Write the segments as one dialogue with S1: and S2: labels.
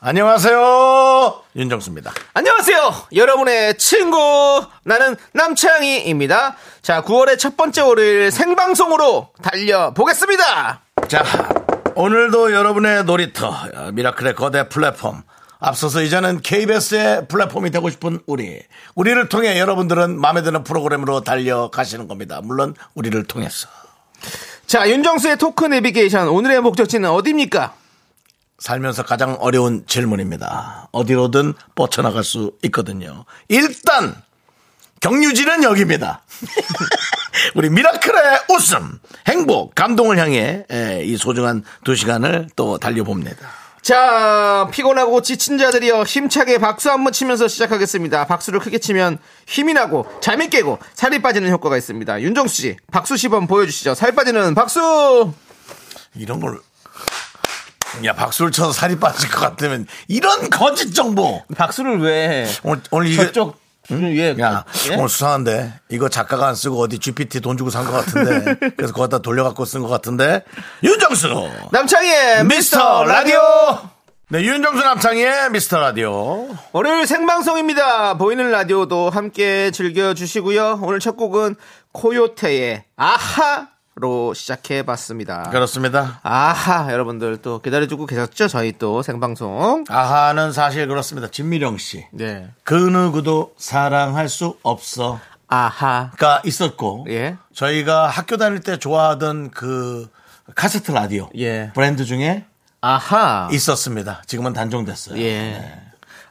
S1: 안녕하세요. 윤정수입니다.
S2: 안녕하세요. 여러분의 친구 나는 남창희입니다. 자, 9월의 첫 번째 월요일 생방송으로 달려보겠습니다.
S1: 자, 오늘도 여러분의 놀이터, 어, 미라클의 거대 플랫폼. 앞서서 이제는 KBS의 플랫폼이 되고 싶은 우리. 우리를 통해 여러분들은 마음에 드는 프로그램으로 달려가시는 겁니다. 물론 우리를 통해서.
S2: 자, 윤정수의 토크 내비게이션 오늘의 목적지는 어디입니까?
S1: 살면서 가장 어려운 질문입니다. 어디로든 뻗쳐나갈 수 있거든요. 일단 경유지는 여기입니다. 우리 미라클의 웃음, 행복, 감동을 향해 예, 이 소중한 두 시간을 또 달려봅니다.
S2: 자, 피곤하고 지친 자들이여 힘차게 박수 한 번 치면서 시작하겠습니다. 박수를 크게 치면 힘이 나고 잠이 깨고 살이 빠지는 효과가 있습니다. 윤정수 씨, 박수 시범 보여주시죠. 살 빠지는 박수!
S1: 이런 걸. 야, 박수를 쳐서 살이 빠질 것 같으면 이런 거짓 정보!
S2: 박수를 왜 예.
S1: 오늘, 오늘 이게.
S2: 위에
S1: 야, 오늘 수상한데 이거 작가가 안 쓰고 어디 GPT 돈 주고 산 것 같은데 그래서 거기다 돌려갖고 쓴 것 같은데 윤정수
S2: 남창희의 미스터 라디오
S1: 네 윤정수 남창희의 미스터 라디오
S2: 월요일 생방송입니다. 보이는 라디오도 함께 즐겨주시고요. 오늘 첫 곡은 코요태의 아하로 시작해봤습니다.
S1: 그렇습니다
S2: 아하 여러분들 또 기다려주고 계셨죠? 저희 또 생방송
S1: 아하는 사실 그렇습니다 진미령 씨
S2: 네
S1: 그 누구도 사랑할 수 없어
S2: 아하
S1: 가 있었고
S2: 예.
S1: 저희가 학교 다닐 때 좋아하던 그 카세트 라디오
S2: 예.
S1: 브랜드 중에
S2: 아하
S1: 있었습니다 지금은 단종됐어요
S2: 예
S1: 네.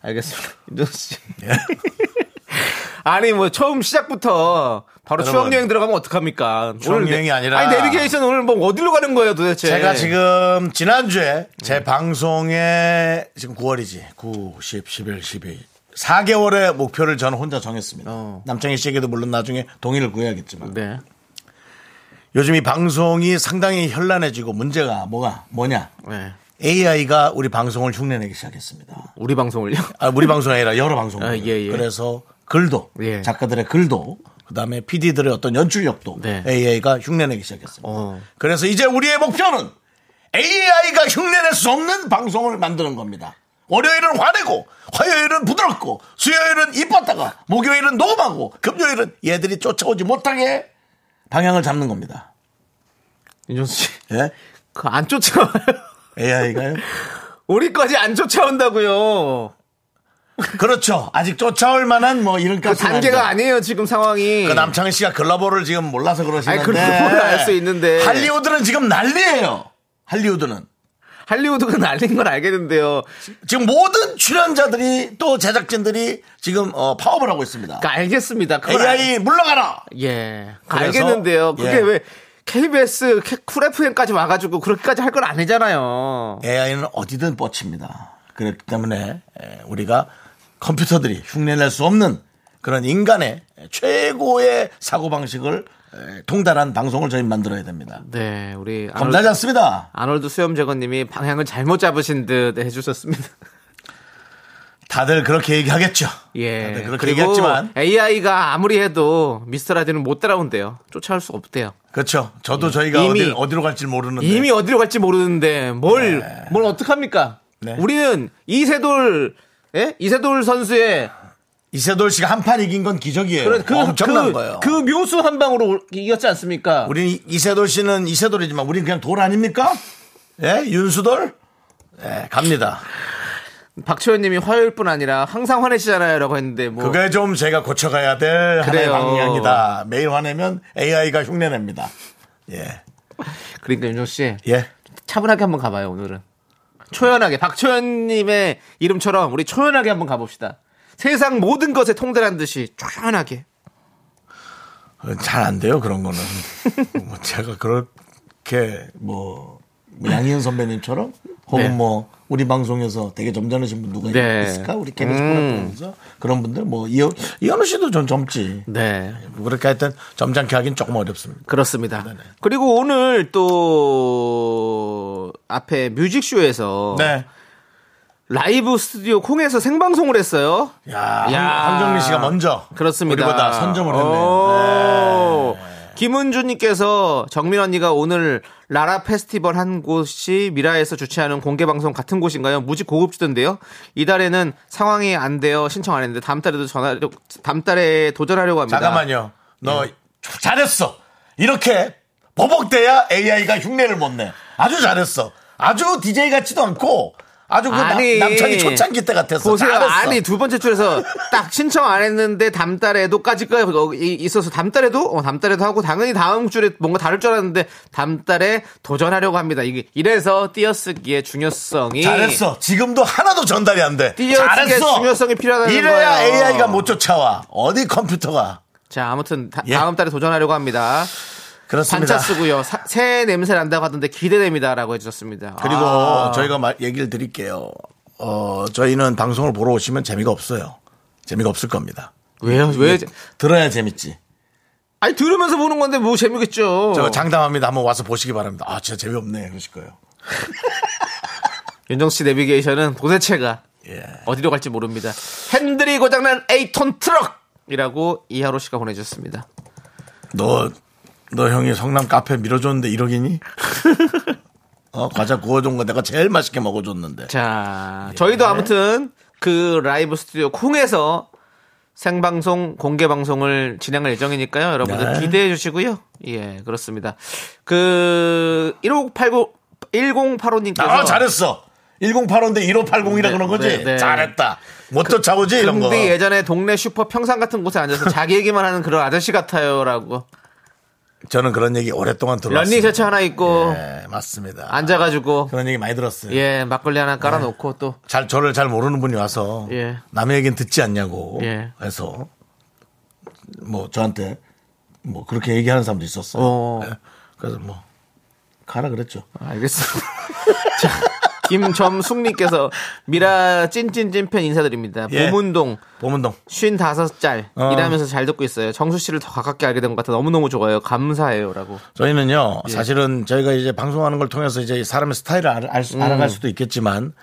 S2: 알겠습니다 윤정수 씨 아니 뭐 처음 시작부터 바로
S1: 여러분,
S2: 추억여행 들어가면 어떡합니까
S1: 추억여행이
S2: 내-
S1: 아니라-
S2: 아니 내비게이션 오늘 뭐 어디로 가는 거예요 예. 도대체
S1: 제가 지금 지난주에 제 방송에 지금 9월이지. 9, 10, 11, 12. 4개월의 목표를 저는 혼자 정했습니다.
S2: 어.
S1: 남창희 씨에게도 물론 나중에 동의를 구해야겠지만.
S2: 네
S1: 요즘 이 방송이 상당히 현란해지고 문제가 뭐가 뭐냐.
S2: 네.
S1: AI가 우리 방송을 흉내내기 시작했습니다.
S2: 우리 방송을요?
S1: 아, 우리 방송이 아니라 여러 방송.
S2: 아, 예, 예.
S1: 그래서 글도
S2: 예.
S1: 작가들의 글도 그다음에 PD들의 어떤 연출력도
S2: 네.
S1: AI가 흉내내기 시작했습니다.
S2: 어.
S1: 그래서 이제 우리의 목표는 AI가 흉내낼 수 없는 방송을 만드는 겁니다. 월요일은 화내고, 화요일은 부드럽고, 수요일은 이뻤다가, 목요일은 녹음하고, 금요일은 얘들이 쫓아오지 못하게 방향을 잡는 겁니다.
S2: 윤정수 씨,
S1: 예?
S2: 그 안 쫓아와요.
S1: AI가요?
S2: 우리까지 안 쫓아온다고요.
S1: 그렇죠. 아직 쫓아올 만한 뭐
S2: 그
S1: 이런까지
S2: 단계가 아니에요 지금 상황이.
S1: 그 남창희 씨가 글러버를 지금 몰라서 그러시는데.
S2: 예. 아니, 글러버를 알수 있는데.
S1: 할리우드는 지금 난리예요. 할리우드는.
S2: 할리우드가 날린 건 알겠는데요.
S1: 지금 모든 출연자들이 또 제작진들이 지금 어, 파업을 하고 있습니다.
S2: 그러니까 알겠습니다. 그걸 알-
S1: AI 물러가라.
S2: 예.
S1: 그래서-
S2: 알겠는데요. 그게
S1: 예.
S2: 왜 KBS 캐- 쿨 FM까지 와가지고 그렇게까지 할 건 아니잖아요.
S1: AI는 어디든 뻗칩니다. 그렇기 때문에 에, 우리가 컴퓨터들이 흉내낼 수 없는 그런 인간의 최고의 사고 방식을 예, 통달한 방송을 저희 만들어야 됩니다.
S2: 네, 우리
S1: 겁나지 않습니다.
S2: 아놀드 수염제거님이 방향을 잘못 잡으신 듯 해주셨습니다.
S1: 아, 다들 그렇게 얘기하겠죠.
S2: 예.
S1: 다들 네, 그렇게
S2: 그리고
S1: 얘기했지만
S2: AI가 아무리 해도 미스터 라디오는 못 따라온대요. 쫓아올 수 없대요.
S1: 그렇죠. 저도 저희가
S2: 예. 이미-
S1: 어디, 어디로 갈지 모르는데
S2: 이미 어디로 갈지 모르는데 뭘, 뭘 어떡합니까?
S1: 네.
S2: 우리는 이세돌, 예? 이세돌 선수의
S1: 이세돌 씨가 한 판 이긴 건 기적이에요.
S2: 그런 그,
S1: 네. 엄청난
S2: 그,
S1: 거예요.
S2: 그 묘수 한 방으로 이겼지 않습니까?
S1: 우린 이- 이세돌 씨는 이세돌이지만 우린 그냥 돌 아닙니까? 예, 윤수돌? 예, 갑니다.
S2: 박치현 님이 화요일 뿐 아니라 항상 화내시잖아요. 라고 했는데 뭐.
S1: 그게 좀 제가 고쳐가야 될 하나의
S2: 그래요.
S1: 방향이다. 매일 화내면 AI가 흉내냅니다. 예,
S2: 그러니까 윤정 씨.
S1: 예.
S2: 차분하게 한번 가봐요, 오늘은. 초연하게. 박초연 님의 이름처럼 우리 초연하게 한번 가봅시다. 세상 모든 것에 통달한 듯이 초연하게.
S1: 잘 안 돼요, 그런 거는. 뭐 제가 그렇게 뭐, 양희은 뭐 선배님처럼 혹은
S2: 네.
S1: 뭐 우리 방송에서 되게 점잖으신 분 누가
S2: 네.
S1: 있을까? 우리 KBS 프로그램에서 그런 분들 뭐 이현 이현우 씨도 좀 젊지.
S2: 네.
S1: 그렇게 하여튼 점잖게 하긴 조금 어렵습니다.
S2: 그렇습니다. 그리고 오늘 또 앞에 뮤직쇼에서
S1: 네.
S2: 라이브 스튜디오 콩에서 생방송을 했어요.
S1: 야,
S2: 야.
S1: 황- 황정민 씨가 먼저
S2: 그렇습니다.
S1: 우리보다 선점을 했네요.
S2: 오. 김은주님께서 정민 언니가 오늘 라라 페스티벌 한 곳이 미라에서 주최하는 공개 방송 같은 곳인가요? 무지 고급지던데요. 이달에는 상황이 안 되어 신청 안 했는데 다음 달에도 전화 다음 달에 도전하려고 합니다. 예.
S1: 잠깐만요. 너 잘했어. 이렇게 버벅대야 AI가 흉내를 못 내. 아주 잘했어. 아주 DJ 같지도 않고 아주 그 남-
S2: 아니,
S1: 남창이 초창기 때 같았어.
S2: 보세요.
S1: 잘했어.
S2: 아니 두 번째 줄에서 딱 신청 안 했는데 다음 달에도까지가 어, 이- 있어서 다음 달에도 어, 다음 달에도 하고 당연히 다음 줄에 뭔가 다를 줄 알았는데 다음 달에 도전하려고 합니다. 이게 이래서 띄어쓰기의 중요성이
S1: 잘했어. 지금도 하나도 전달이 안 돼.
S2: 띄어쓰기의
S1: 잘했어.
S2: 중요성이 필요하다는
S1: 이래야
S2: 거예요.
S1: AI가 못 쫓아와. 어디 컴퓨터가.
S2: 자 아무튼 다,
S1: 예.
S2: 다음 달에 도전하려고 합니다.
S1: 그렇습니다.
S2: 반차 쓰고요. 사- 새 냄새 난다고 하던데 기대됩니다라고 해주셨습니다.
S1: 그리고
S2: 아,
S1: 저희가 말, 얘기를 드릴게요. 어, 저희는 방송을 보러 오시면 재미가 없어요. 재미가 없을 겁니다.
S2: 왜요? 왜?
S1: 들어야 재밌지.
S2: 아니 들으면서 보는 건데 뭐 재미겠죠.
S1: 저 장담합니다. 한번 와서 보시기 바랍니다. 아, 진짜 재미없네. 어. 그러실 거예요.
S2: 윤정 씨 내비게이션은 도대체가
S1: 예.
S2: 어디로 갈지 모릅니다. 핸들이 고장난 에이톤 트럭이라고 이하로 씨가 보내주셨습니다.
S1: 너, 너 형이 성남 카페 밀어줬는데 1억이니? 어, 과자 구워준 거 내가 제일 맛있게 먹어줬는데.
S2: 자,
S1: 예.
S2: 저희도 아무튼 그 라이브 스튜디오 콩에서 생방송 공개 방송을 진행할 예정이니까요. 여러분들
S1: 네.
S2: 기대해 주시고요. 예, 그렇습니다. 그 1589 1085님께서
S1: 아, 잘했어. 1085인데 1580이라
S2: 네,
S1: 그런 거지?
S2: 네, 네.
S1: 잘했다. 못 쫓아오지? 이런 거.
S2: 근데 예전에 동네 슈퍼 평상 같은 곳에 앉아서 자기 얘기만 하는 그런 아저씨 같아요라고
S1: 저는 그런 얘기 오랫동안 들었어요.
S2: 런닝 셔츠 하나 입고
S1: 네, 맞습니다.
S2: 앉아가지고
S1: 그런 얘기 많이 들었어요.
S2: 예 막걸리 하나
S1: 네.
S2: 깔아놓고 또
S1: 잘 저를 잘 모르는 분이 와서
S2: 예.
S1: 남의 얘기는 듣지 않냐고
S2: 예.
S1: 해서 뭐 저한테 뭐 그렇게 얘기하는 사람도 있었어요.
S2: 어.
S1: 예. 그래서 뭐 가라 그랬죠.
S2: 아, 알겠습니다. 자, 김점숙님께서 미라 찐찐찐 팬 인사드립니다.
S1: 예.
S2: 보문동
S1: 보문동.
S2: 55짤
S1: 어.
S2: 일하면서 잘 듣고 있어요. 정수 씨를 더 가깝게 알게 된 것 같아 너무너무 좋아요. 감사해요라고.
S1: 저희는요
S2: 예.
S1: 사실은 저희가 이제 방송하는 걸 통해서 이제 사람의 스타일을 알, 알
S2: 음.
S1: 수- 알아갈 수도 있겠지만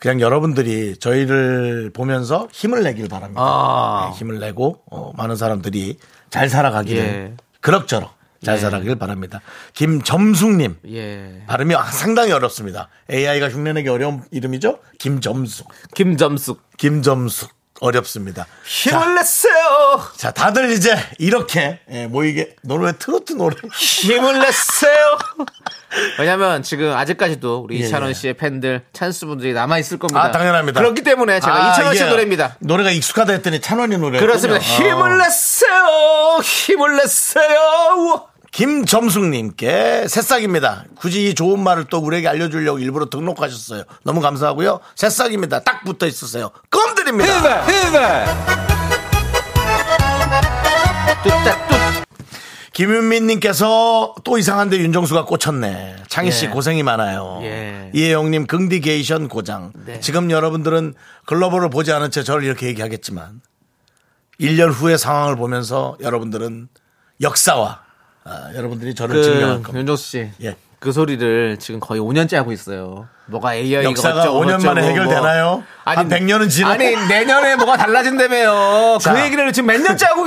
S1: 그냥 여러분들이 저희를 보면서 힘을 내길 바랍니다.
S2: 아.
S1: 네, 힘을 내고 어, 많은 사람들이 잘 살아가기를
S2: 예.
S1: 그럭저럭 잘
S2: 예.
S1: 살아가길 바랍니다. 김점숙님
S2: 예.
S1: 발음이 아, 상당히 어렵습니다. AI가 흉내내기 어려운 이름이죠? 김점숙.
S2: 김점숙.
S1: 김점숙. 어렵습니다. 자,
S2: 힘을 내세요.
S1: 자, 다들 이제 이렇게 예, 모이게 노래 트로트 노래.
S2: 힘을 내세요. 왜냐면 지금 아직까지도 우리
S1: 예,
S2: 이찬원
S1: 예.
S2: 씨의 팬들 찬스 분들이 남아 있을 겁니다.
S1: 아, 당연합니다.
S2: 그렇기 때문에 제가
S1: 아,
S2: 이찬원 씨의
S1: 이게
S2: 노래입니다.
S1: 노래가 익숙하다 했더니 찬원이 어. 노래.
S2: 그렇습니다. 힘을 내세요. 힘을 내세요.
S1: 김점숙님께 새싹입니다. 굳이 이 좋은 말을 또 우리에게 알려주려고 일부러 등록하셨어요. 너무 감사하고요. 새싹입니다. 딱 붙어 있으세요. 껌 드립니다.
S2: 뚜따 뚜.
S1: 김윤민님께서 또 이상한데 윤정수가 꽂혔네. 창희 씨
S2: 예.
S1: 고생이 많아요.
S2: 예.
S1: 이혜영님 긍디게이션 고장.
S2: 네.
S1: 지금 여러분들은 글로벌을 보지 않은 채 저를 이렇게 얘기하겠지만 1년 후의 상황을 보면서 여러분들은 역사와 아, 여러분들이 저를 증명할
S2: 그
S1: 겁니다.
S2: 윤정수 씨.
S1: 예.
S2: 그 소리를 지금 거의 5년째 하고 있어요. 뭐가 AI가
S1: 역사가
S2: 어쩌고
S1: 5년 만에
S2: 어쩌고 뭐.
S1: 해결되나요? 한 100년은 지나-
S2: 아니 내년에 뭐가 달라진다며요. 그
S1: 자.
S2: 얘기를 지금 몇 년째 하고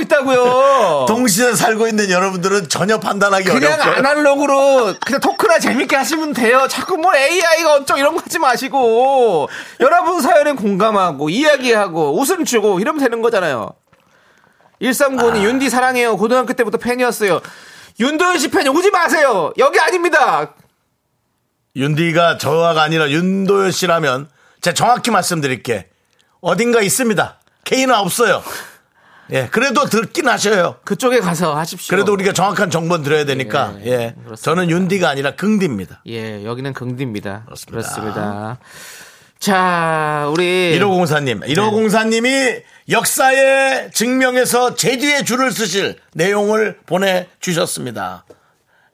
S2: 있다고요.
S1: 동시에 살고 있는 여러분들은 전혀 판단하기
S2: 그냥
S1: 어렵죠.
S2: 아날로그로 그냥 토크나 재밌게 하시면 돼요. 자꾸 뭐 AI가 어쩌고 이런 거 하지 마시고 여러분 사연에 공감하고 이야기하고 웃음 주고 이러면 되는 거잖아요. 1395님
S1: 아.
S2: 윤디 사랑해요. 고등학교 때부터 팬이었어요. 윤도현 씨 팬 오지 마세요. 여기 아닙니다.
S1: 윤디가 저와가 아니라 윤도현 씨라면 제가 정확히 말씀드릴게. 어딘가 있습니다. K는 없어요. 예, 그래도 듣긴 하셔요.
S2: 그쪽에 가서 하십시오.
S1: 그래도 우리가 정확한 정보는 드려야 되니까.
S2: 그렇죠. 예,
S1: 예.
S2: 그렇습니다.
S1: 저는 윤디가 아니라 긍디입니다.
S2: 예, 여기는 긍디입니다.
S1: 그렇습니다.
S2: 그렇습니다. 자, 우리 네.
S1: 1504님. 1504님이 역사의 증명에서 제주의 줄을 쓰실 내용을 보내주셨습니다.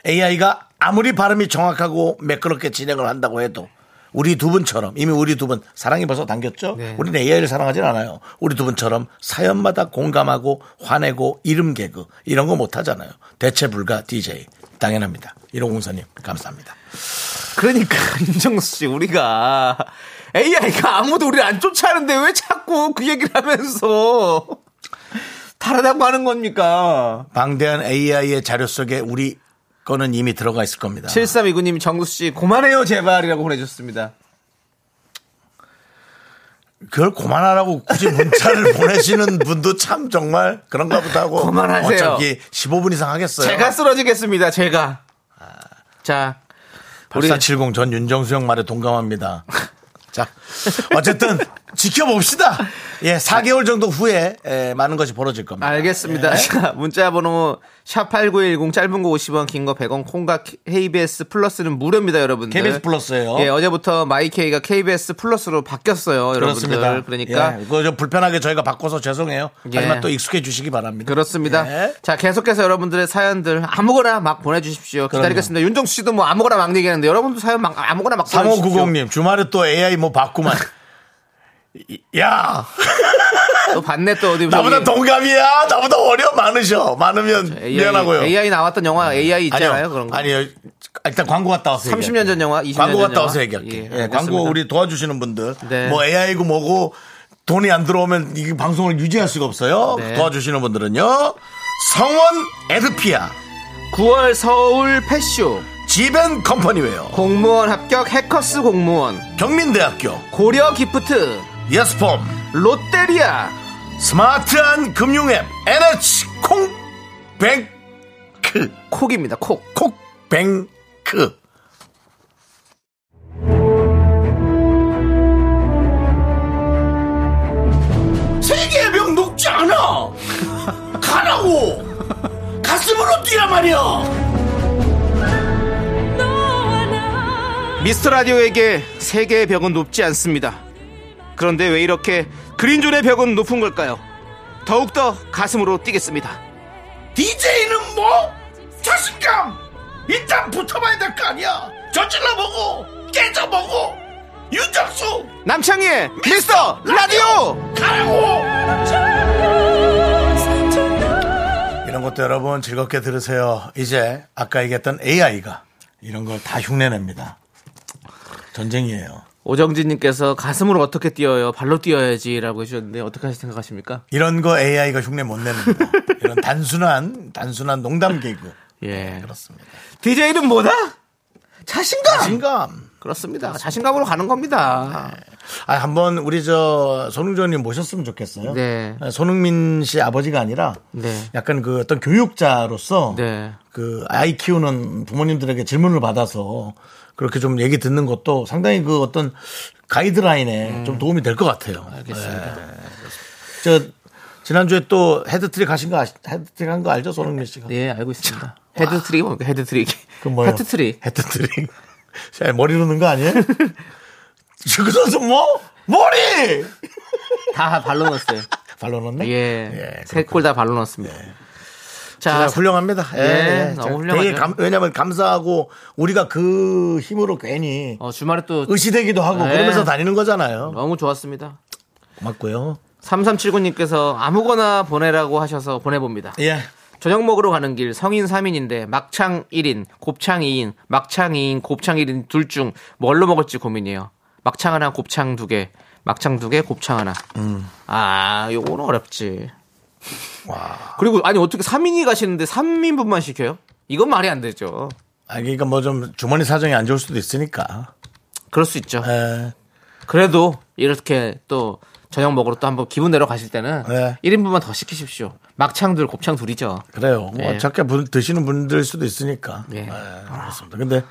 S1: AI가 아무리 발음이 정확하고 매끄럽게 진행을 한다고 해도 우리 두 분처럼 이미 우리 두 분 사랑이 벌써 당겼죠.
S2: 네.
S1: 우리는 AI를 사랑하진 않아요. 우리 두 분처럼 사연마다 공감하고 화내고 이름 개그 이런 거 못 하잖아요. 대체 불가 DJ 당연합니다. 1504님 감사합니다.
S2: 그러니까 윤정수 씨 우리가 AI가 아무도 우리를 안 쫓아하는데 왜 자꾸 그 얘기를 하면서 다르다고 하는 겁니까?
S1: 방대한 AI의 자료 속에 우리 거는 이미 들어가 있을 겁니다.
S2: 7329님 정수 씨 고만해요 제발이라고 보내줬습니다.
S1: 그걸 고만하라고 굳이 문자를 보내시는 분도 참 정말 그런가 보다 하고
S2: 그만하세요.
S1: 어차피 15분 이상 하겠어요.
S2: 제가 쓰러지겠습니다. 제가 자 우리
S1: 8470 전 윤정수 형 말에 동감합니다. 자, 어쨌든 지켜봅시다. 예, 4개월 정도 후에 에, 많은 것이 벌어질 겁니다.
S2: 알겠습니다.
S1: 네.
S2: 자, 문자 번호 샵8910 짧은 거 50원 긴 거 100원 콩과 KBS 플러스는 무료입니다, 여러분들.
S1: KBS 플러스예요.
S2: 예, 어제부터 마이케이가 KBS 플러스로 바뀌었어요, 여러분들.
S1: 그렇습니다.
S2: 그러니까
S1: 예, 그거 좀 불편하게 저희가 바꿔서 죄송해요.
S2: 예.
S1: 하지만 또 익숙해 주시기 바랍니다.
S2: 그렇습니다.
S1: 예.
S2: 자, 계속해서 여러분들의 사연들 아무거나 막 보내주십시오.
S1: 그럼요.
S2: 기다리겠습니다. 윤정수 씨도 뭐 아무거나 막 얘기하는데 여러분도 사연 막 아무거나 막 보내주십시오.
S1: 3590님 주말에 또 AI 뭐 봤구만. 야,
S2: 또 봤네 또 어디
S1: 나보다
S2: 저기
S1: 동갑이야. 나보다 어려 많으셔. 많으면
S2: AI,
S1: 미안하고요. 네.
S2: AI 나왔던 영화 AI 있잖아요. 그런 거.
S1: 아니요. 일단 광고 갔다 와서.
S2: 30년
S1: 얘기할게요.
S2: 전 영화, 20년
S1: 광고
S2: 전
S1: 갔다 와서
S2: 영화.
S1: 얘기할게요.
S2: 예,
S1: 예,
S2: 알겠습니다.
S1: 광고 우리 도와주시는 분들.
S2: 네.
S1: 뭐 AI고 뭐고 돈이 안 들어오면 이 방송을 유지할 수가 없어요.
S2: 네.
S1: 도와주시는 분들은요. 성원 에드피아,
S2: 9월 서울 패쇼
S1: 지벤 컴퍼니웨어,
S2: 공무원 합격 해커스 공무원
S1: 경민대학교,
S2: 고려 기프트
S1: 예스폼,
S2: 롯데리아
S1: 스마트한 금융앱, NH 콩뱅크,
S2: 콕입니다 콕
S1: 콕뱅크. 세계의 병 녹지 않아! 가라고! 가슴으로 뛰란 말이야!
S2: 미스터 라디오에게 세계의 벽은 높지 않습니다 그런데 왜 이렇게 그린존의 벽은 높은 걸까요 더욱더 가슴으로 뛰겠습니다
S1: DJ는 뭐? 자신감! 일단 붙어봐야 될 거 아니야! 저질러보고! 깨져보고! 윤정수!
S2: 남창희의 미스터 라디오
S1: 가라고! 이런 것도 여러분 즐겁게 들으세요. 이제 아까 얘기했던 AI가 이런 걸 다 흉내냅니다. 전쟁이에요.
S2: 오정진님께서 가슴으로 어떻게 뛰어요 발로 뛰어야지 라고 해주셨는데 어떻게 생각하십니까
S1: 이런 거 AI가 흉내 못 냅니다. 이런 단순한 단순한 농담 개그
S2: 예
S1: 그렇습니다.
S2: DJ는 뭐다 자신감
S1: 자신감.
S2: 그렇습니다 자신감으로 가는 겁니다
S1: 아, 한번 우리 저 손흥민님 모셨으면 좋겠어요.
S2: 네.
S1: 아, 손흥민 씨 아버지가 아니라
S2: 네.
S1: 약간 그 어떤 교육자로서
S2: 네.
S1: 그 아이 키우는 부모님들에게 질문을 받아서 그렇게 좀 얘기 듣는 것도 상당히 그 어떤 가이드라인에 좀 도움이 될 것 같아요.
S2: 음. 알겠습니다.
S1: 네. 저 지난주에 또 헤드트릭 하신 거 아시, 헤드트릭 한 거 알죠? 손흥민 씨가.
S2: 예, 알고 있습니다. 헤드트릭이 뭡니까? 헤드트릭이.
S1: 네. 그 뭐예요?
S2: 헤드트릭.
S1: 헤트트릭. 자, 머리로 넣는 거 아니에요? 그 선수 뭐? 머리!
S2: 다 발로 넣었어요.
S1: 발로 넣네?
S2: 예.
S1: 예,
S2: 세 골 다 발로 넣었습니다.
S1: 자,
S2: 자,
S1: 훌륭합니다. 예.
S2: 예,
S1: 예.
S2: 너무
S1: 자,
S2: 훌륭하죠.
S1: 되게 감- 왜냐면 감사하고 우리가 그 힘으로 괜히
S2: 어, 주말에
S1: 네.
S2: 또
S1: 의시되기도 하고
S2: 예.
S1: 그러면서 다니는 거잖아요.
S2: 너무 좋았습니다.
S1: 고맙고요.
S2: 3379님께서 아무거나 보내라고 하셔서 보내봅니다.
S1: 예.
S2: 저녁 먹으러 가는 길 성인 3인인데 막창 1인, 곱창 2인, 막창 2인, 곱창 1인 둘 중 뭘로 먹을지 고민이에요. 막창 하나, 곱창 두 개. 막창 두 개, 곱창 하나. 아, 요거는 어렵지.
S1: 와.
S2: 그리고 아니 어떻게 3인이 가시는데 3인분만 시켜요? 이건 말이 안 되죠.
S1: 아, 그러니까 뭐 좀 주머니 사정이 안 좋을 수도 있으니까.
S2: 그럴 수 있죠.
S1: 예.
S2: 그래도 이렇게 또 저녁 먹으러 또 한번 기분 내러 가실 때는
S1: 네.
S2: 1인분만 더 시키십시오. 막창 둘, 곱창 둘이죠.
S1: 그래요.
S2: 예.
S1: 뭐 작게 분- 드시는 분들 수도 있으니까.
S2: 예.
S1: 예. 그렇습니다. 근데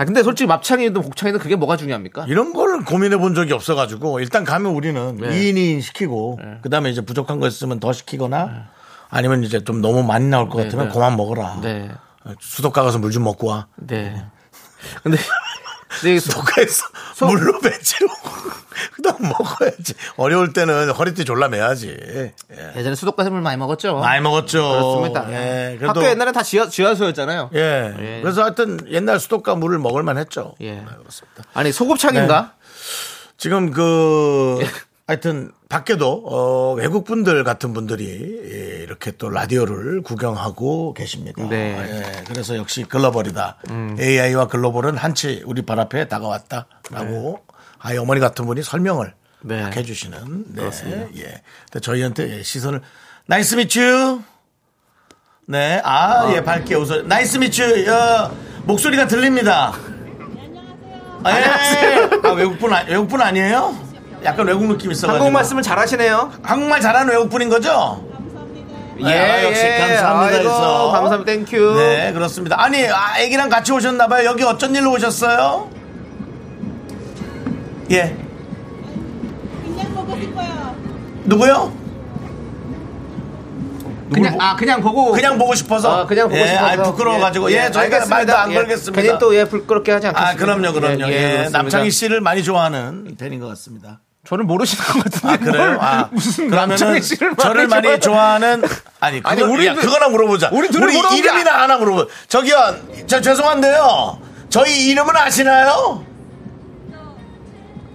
S2: 아 근데 솔직히 막창이든 곱창이든 그게 뭐가 중요합니까?
S1: 이런 거를 고민해 본 적이 없어가지고 일단 가면 우리는
S2: 네.
S1: 2인 2인 시키고
S2: 예.
S1: 그다음에 이제 부족한 거 있으면 더 시키거나 아니면 이제 좀 너무 많이 나올 것
S2: 네,
S1: 같으면
S2: 네.
S1: 그만 먹어라.
S2: 네.
S1: 아, 수도가 가서 물 좀 먹고 와.
S2: 네. 근데 근데 이게 소-
S1: 수도가에서
S2: 서
S1: 물로 배치고 그다음 먹어야지. 어려울 때는 허리띠 졸라 매야지. 예.
S2: 예전에 수도가슴을 많이 먹었죠.
S1: 많이 먹었죠.
S2: 그렇습니다.
S1: 예, 그래도
S2: 학교 옛날에 다 지하, 지하수였잖아요.
S1: 예.
S2: 예.
S1: 그래서 하여튼 옛날 수도가 물을 먹을만 했죠.
S2: 예.
S1: 네, 그렇습니다.
S2: 아니 소곱창인가?
S1: 네. 지금 그 하여튼 밖에도 어, 외국 분들 같은 분들이 예, 이렇게 또 라디오를 구경하고 계십니다.
S2: 네.
S1: 예, 그래서 역시 글로벌이다. AI와 글로벌은 한치 우리 발 앞에 다가왔다라고 아이 어머니 같은 분이 설명을
S2: 네.
S1: 딱 해주시는 네. 그렇습니다. 예. 근데 저희한테 예, 시선을 나이스 미츄. 네, 아, 예, 밝게 웃어. 나이스 미츄, 어, 목소리가 들립니다.
S2: 네,
S1: 아, 예. 아, 외국분, 아, 외국분 아니에요? 약간 외국 느낌 있어가지고.
S2: 한국 말씀을 잘하시네요.
S1: 한국말 잘하는 외국분인 거죠? 아, 역시 감사합니다
S2: 예, 아이고,
S1: 해서.
S2: 감사합니다. 땡큐.
S1: 네, 그렇습니다. 아니, 아, 애기랑 같이 오셨나봐요. 여기 어쩐 일로 오셨어요? 예.
S3: 그냥 먹고 싶어요.
S1: 누구요?
S2: 그냥
S1: 누굴
S2: 아 그냥 보고
S1: 그냥 보고 싶어서.
S2: 아, 그냥 보고
S1: 예,
S2: 싶어서
S1: 아이, 부끄러워가지고. 예, 저희가
S2: 알겠습니다.
S1: 말도 안
S2: 예,
S1: 걸겠습니다.
S2: 괜히 또예 부끄럽게 하지 않겠습니다.
S1: 아, 그럼요, 그럼요. 예,
S2: 그렇습니다.
S1: 남창희 씨를 많이 좋아하는 팬인 것 같습니다.
S2: 저는 모르시는 것 같은데
S1: 아, 그래요?
S2: 뭘
S1: 아,
S2: 무슨
S1: 그러면은
S2: 남창희 씨를
S1: 저를 많이 좋아하는 아니, 아니
S2: 아니,
S1: 우리
S2: 우리
S1: 야,
S2: 둘-
S1: 그거나 물어보자.
S2: 우리 둘을 물어본 게
S1: 이름이나 하나 물어보. 저기요, 저 죄송한데요. 저희 이름은 아시나요?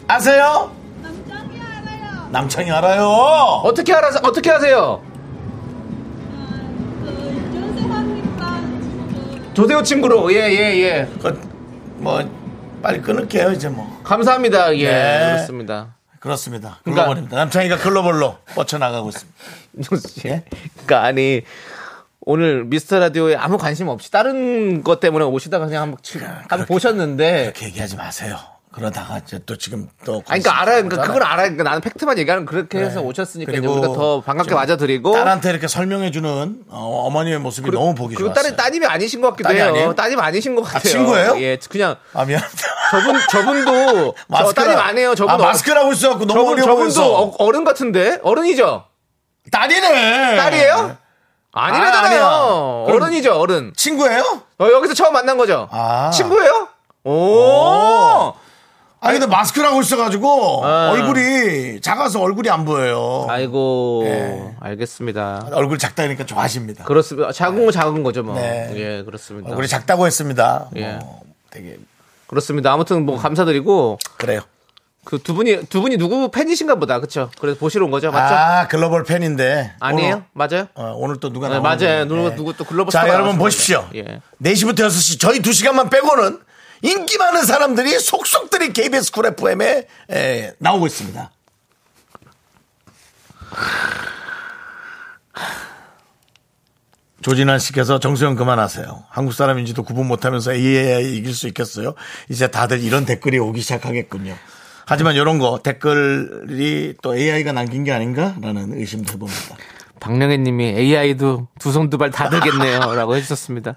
S1: 아세요?
S3: 남자기 알아요.
S1: 남창이 알아요.
S2: 어떻게 알아서 어떻게 하세요?
S3: 그 전세상님과
S2: 조세호 친구로 예 예 예
S1: 그, 뭐 빨리 끊을게요 이제 뭐.
S2: 감사합니다 예
S1: 네.
S2: 그렇습니다.
S1: 그렇습니다.
S2: 그러니까-
S1: 글로벌입니다. 남창이가 글로벌로 뻗쳐나가고 있습니다.
S2: 윤정수 씨. 그러니까 아니 오늘 미스터 라디오에 아무 관심 없이 다른 것 때문에 오시다가 그냥 한번, 치- 한번 보셨는데
S1: 그렇게 얘기하지 마세요. 그러다가 이제 또 지금 또.
S2: 아니, 그러니까 알아요. 그러니까 그걸 알아요. 그러니까 나는 팩트만 얘기하는 그렇게
S1: 네.
S2: 해서 오셨으니까 이제 우리가 더 반갑게
S1: 지금
S2: 맞아드리고
S1: 딸한테 이렇게 설명해주는 어, 머니의 모습이 너무 보기
S2: 그리고
S1: 좋았어요.
S2: 딸이 따님이 아니신 것 같기도
S1: 딸이
S2: 해요.
S1: 아니에요?
S2: 따님 아니신 것 같아요.
S1: 친구예요?
S2: 예, 그냥
S1: 아 미안합니다.
S2: 저분 저분도 저
S1: 마스크라-
S2: 따님 아니에요. 저분
S1: 아, 마스크라고 있어갖고 너무
S2: 저분
S1: 어려워
S2: 저분도
S1: 보여서.
S2: 어, 어른 같은데 어른이죠?
S1: 딸이네.
S2: 딸이에요? 아니라잖아요.
S1: 아니야. 그럼-
S2: 어른이죠, 어른.
S1: 친구예요?
S2: 어, 여기서 처음 만난 거죠.
S1: 아.
S2: 친구예요? 오.
S1: 오. 아니 근데 마스크라고 있어가지고
S2: 아.
S1: 얼굴이 작아서 얼굴이 안 보여요.
S2: 아이고.
S1: 예.
S2: 알겠습니다.
S1: 얼굴 작다니까 좋아하십니다.
S2: 그렇습니다. 작은 거 작은 거죠, 뭐.
S1: 네.
S2: 예, 그렇습니다.
S1: 얼굴이 작다고 했습니다.
S2: 예.
S1: 뭐 되게
S2: 그렇습니다. 아무튼 뭐 감사드리고
S1: 그래요.
S2: 그 두 분이 두 분이 누구 팬이신가 보다. 그렇죠? 그래서 보시러 온 거죠, 맞죠?
S1: 아 글로벌 팬인데
S2: 아니에요? 맞아요?
S1: 오늘, 어, 오늘 또 누가
S2: 네,
S1: 나오는
S2: 맞아요.
S1: 거예요.
S2: 누구-
S1: 예.
S2: 누구 또 글로벌
S1: 자
S2: 스타가
S1: 여러분
S2: 나오신
S1: 보십시오.
S2: 거예요. 예.
S1: 4시부터 6시 저희 2시간만 빼고는 인기 많은 사람들이 속속들이 KBS 쿨 FM에 나오고 있습니다. 조진환 씨께서 정수영 그만하세요. 한국 사람인지도 구분 못하면서 AI 이길 수 있겠어요? 이제 다들 이런 댓글이 오기 시작하겠군요. 하지만 이런 거 댓글이 또 AI가 남긴 게 아닌가라는 의심도 해봅니다.
S2: 박명혜 님이 AI도 두 손 두 발 다 들겠네요. 라고 해주셨습니다.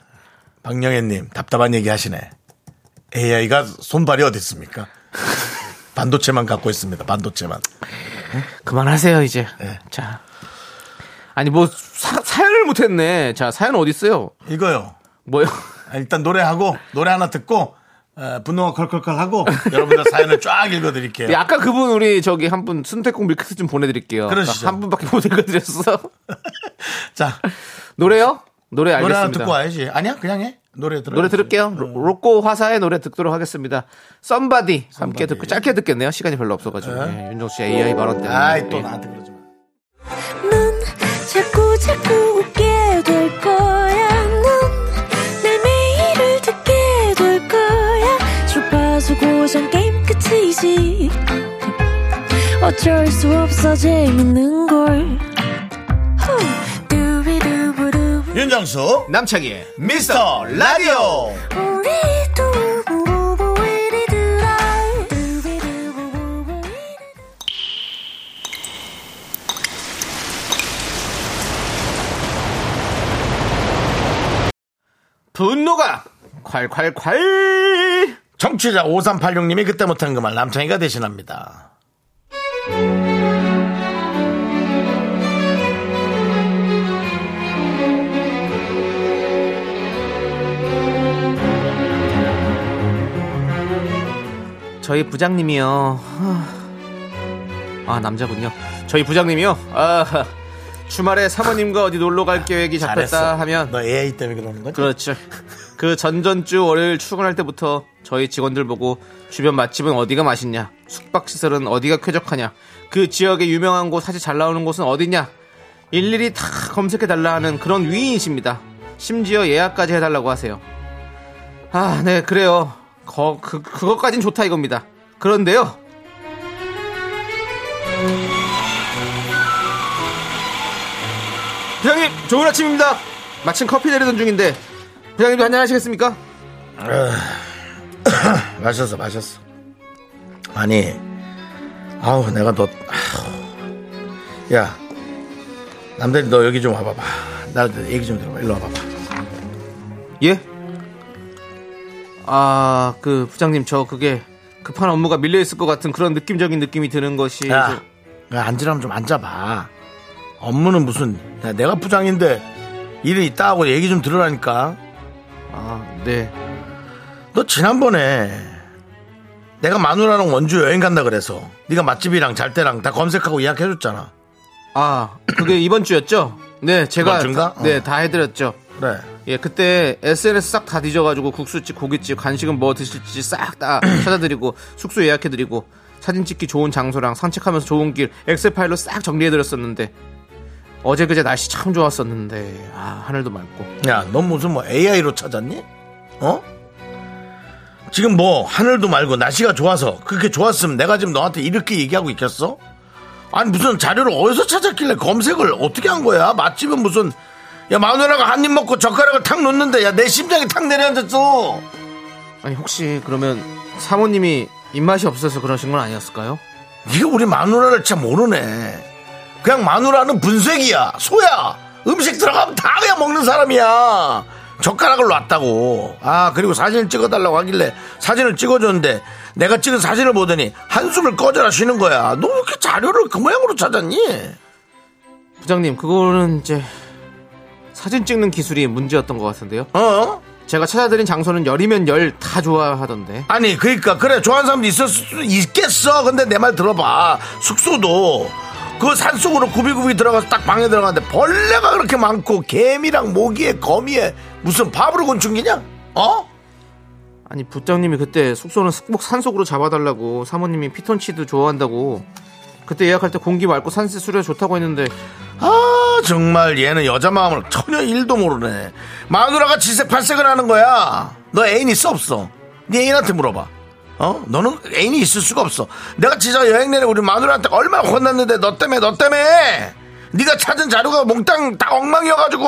S1: 박영애님 답답한 얘기 하시네. AI가 손발이 어디 있습니까? 반도체만 갖고 있습니다. 반도체만.
S2: 그만하세요, 이제.
S1: 네.
S2: 자. 아니, 뭐, 사, 사연을 못했네. 자, 사연 어딨어요?
S1: 이거요.
S2: 뭐요?
S1: 아, 일단 노래하고 노래 하나 듣고 어, 분노가 컬컬컬하고 여러분들 사연을 쫙 읽어드릴게요.
S2: 네, 아까 그분 우리 저기 한 분 순대국 밀크스 좀 보내드릴게요.
S1: 그러시죠.
S2: 한 분밖에 못 읽어드렸어.
S1: 자
S2: 노래요?
S1: 노래
S2: 노래 알겠습니다.
S1: 하나 듣고 와야지. 음. 아니야 그냥 해. 노래 들어.
S2: 노래 들을게요. 로- 로꼬 화사의 노래 듣도록 하겠습니다. 썸바디 함께 듣고 짧게 듣겠네요. 시간이 별로 없어가지고 예, 윤정 씨 AI 발언 때문에.
S1: 네. 아이 또
S2: 예.
S1: 나한테 그러지 마.
S4: 넌 자꾸 자꾸 웃게 될 거야. 넌내 매일을 듣게 될 거야. 주파수 고정 게임 끝이지. 어쩔 수 없어 재밌는 걸. 후. 두비두부두부.
S1: 윤정수
S2: 남창희의
S1: 미스터 라디오.
S4: 우리 두부부부 우리 두라. 두비두부부부 우리 두라.
S2: 분노가 콸콸콸.
S1: 정취자 5386님이 그때 못한 그 말 남창이가 대신합니다.
S2: 저희 부장님이요. 아, 남자군요. 저희 부장님이요. 아, 주말에 사모님과 어디 놀러 갈 계획이 잡혔다 하면
S1: 너 AI 때문에 그러는 거지?
S2: 그렇죠. 그 전전주 월요일 출근할 때부터 저희 직원들 보고 주변 맛집은 어디가 맛있냐, 숙박시설은 어디가 쾌적하냐, 그 지역의 유명한 곳, 사실 잘 나오는 곳은 어디냐, 일일이 다 검색해달라 하는 그런 위인이십니다. 심지어 예약까지 해달라고 하세요. 아, 네, 그래요. 거, 그, 그것까진 좋다 이겁니다. 그런데요. 부장님, 좋은 아침입니다. 마침 커피 내리던 중인데, 부장님도 한잔 하시겠습니까?
S1: 아, 마셨어, 마셨어. 아니, 아우, 내가 너, 아우. 야, 남들이 너 여기 좀 와봐봐. 나 얘기 좀 들어봐. 일로 와봐봐.
S2: 예? 아, 그, 부장님, 저 그게 급한 업무가 밀려있을 것 같은 그런 느낌적인 느낌이 드는 것이.
S1: 야, 야 앉으라면 좀 앉아봐. 업무는 무슨, 야, 내가 부장인데 일이 있다 하고 얘기 좀 들으라니까.
S2: 아, 네.
S1: 너 지난번에 내가 마누라랑 원주 여행 간다 그래서 네가 맛집이랑 잘 때랑 다 검색하고 예약해줬잖아.
S2: 아, 그게 이번 주였죠? 네, 제가.
S1: 이번 주인가?
S2: 다- 네,
S1: 어.
S2: 다 해드렸죠.
S1: 그래.
S2: 예, 그때 SNS 싹 다 뒤져가지고 국수집, 고깃집, 간식은 뭐 드실지 싹다 찾아드리고 숙소 예약해드리고 사진 찍기 좋은 장소랑 산책하면서 좋은 길 엑셀 파일로 싹 정리해드렸었는데 어제 그제 날씨 참 좋았었는데 아 하늘도 맑고
S1: 야, 넌 무슨 뭐 AI로 찾았니? 어? 지금 뭐 하늘도 말고 날씨가 좋아서 그렇게 좋았으면 내가 지금 너한테 이렇게 얘기하고 있겠어? 아니 무슨 자료를 어디서 찾았길래 검색을 어떻게 한 거야? 맛집은 무슨 야 마누라가 한 입 먹고 젓가락을 탁 놓는데 야 내 심장이 탁 내려앉았어.
S2: 아니 혹시 그러면 사모님이 입맛이 없어서 그러신 건 아니었을까요?
S1: 네가 우리 마누라를 참 모르네. 그냥 마누라는 분쇄기야, 소야. 음식 들어가면 다 그냥 먹는 사람이야. 젓가락을 놨다고. 아 그리고 사진을 찍어달라고 하길래 사진을 찍어줬는데 내가 찍은 사진을 보더니 한숨을 꺼져라 쉬는 거야. 너 왜 이렇게 자료를 그 모양으로 찾았니?
S2: 부장님 그거는 이제 사진 찍는 기술이 문제였던 것 같은데요.
S1: 어?
S2: 제가 찾아드린 장소는 열이면 열 다 좋아하던데
S1: 아니 그러니까 그래 좋아하는 사람도 있을 수 있겠어. 근데 내 말 들어봐. 숙소도 그 산속으로 구비구비 들어가서 딱 방에 들어가는데 벌레가 그렇게 많고 개미랑 모기에 거미에 무슨 밥으로 곤충기냐? 어?
S2: 아니 부장님이 그때 숙소는 꼭 산속으로 잡아달라고 사모님이 피톤치드 좋아한다고 그때 예약할 때 공기 맑고 산세 수려 좋다고 했는데
S1: 아 정말 얘는 여자 마음을 전혀 일도 모르네. 마누라가 질색 팔색을 하는 거야. 너 애인 있어 없어? 네 애인한테 물어봐. 어? 너는 애인이 있을 수가 없어. 내가 진짜 여행 내내 우리 마누라한테 얼마나 혼났는데 너 때문에 너 때문에 네가 찾은 자료가 몽땅 다 엉망이어가지고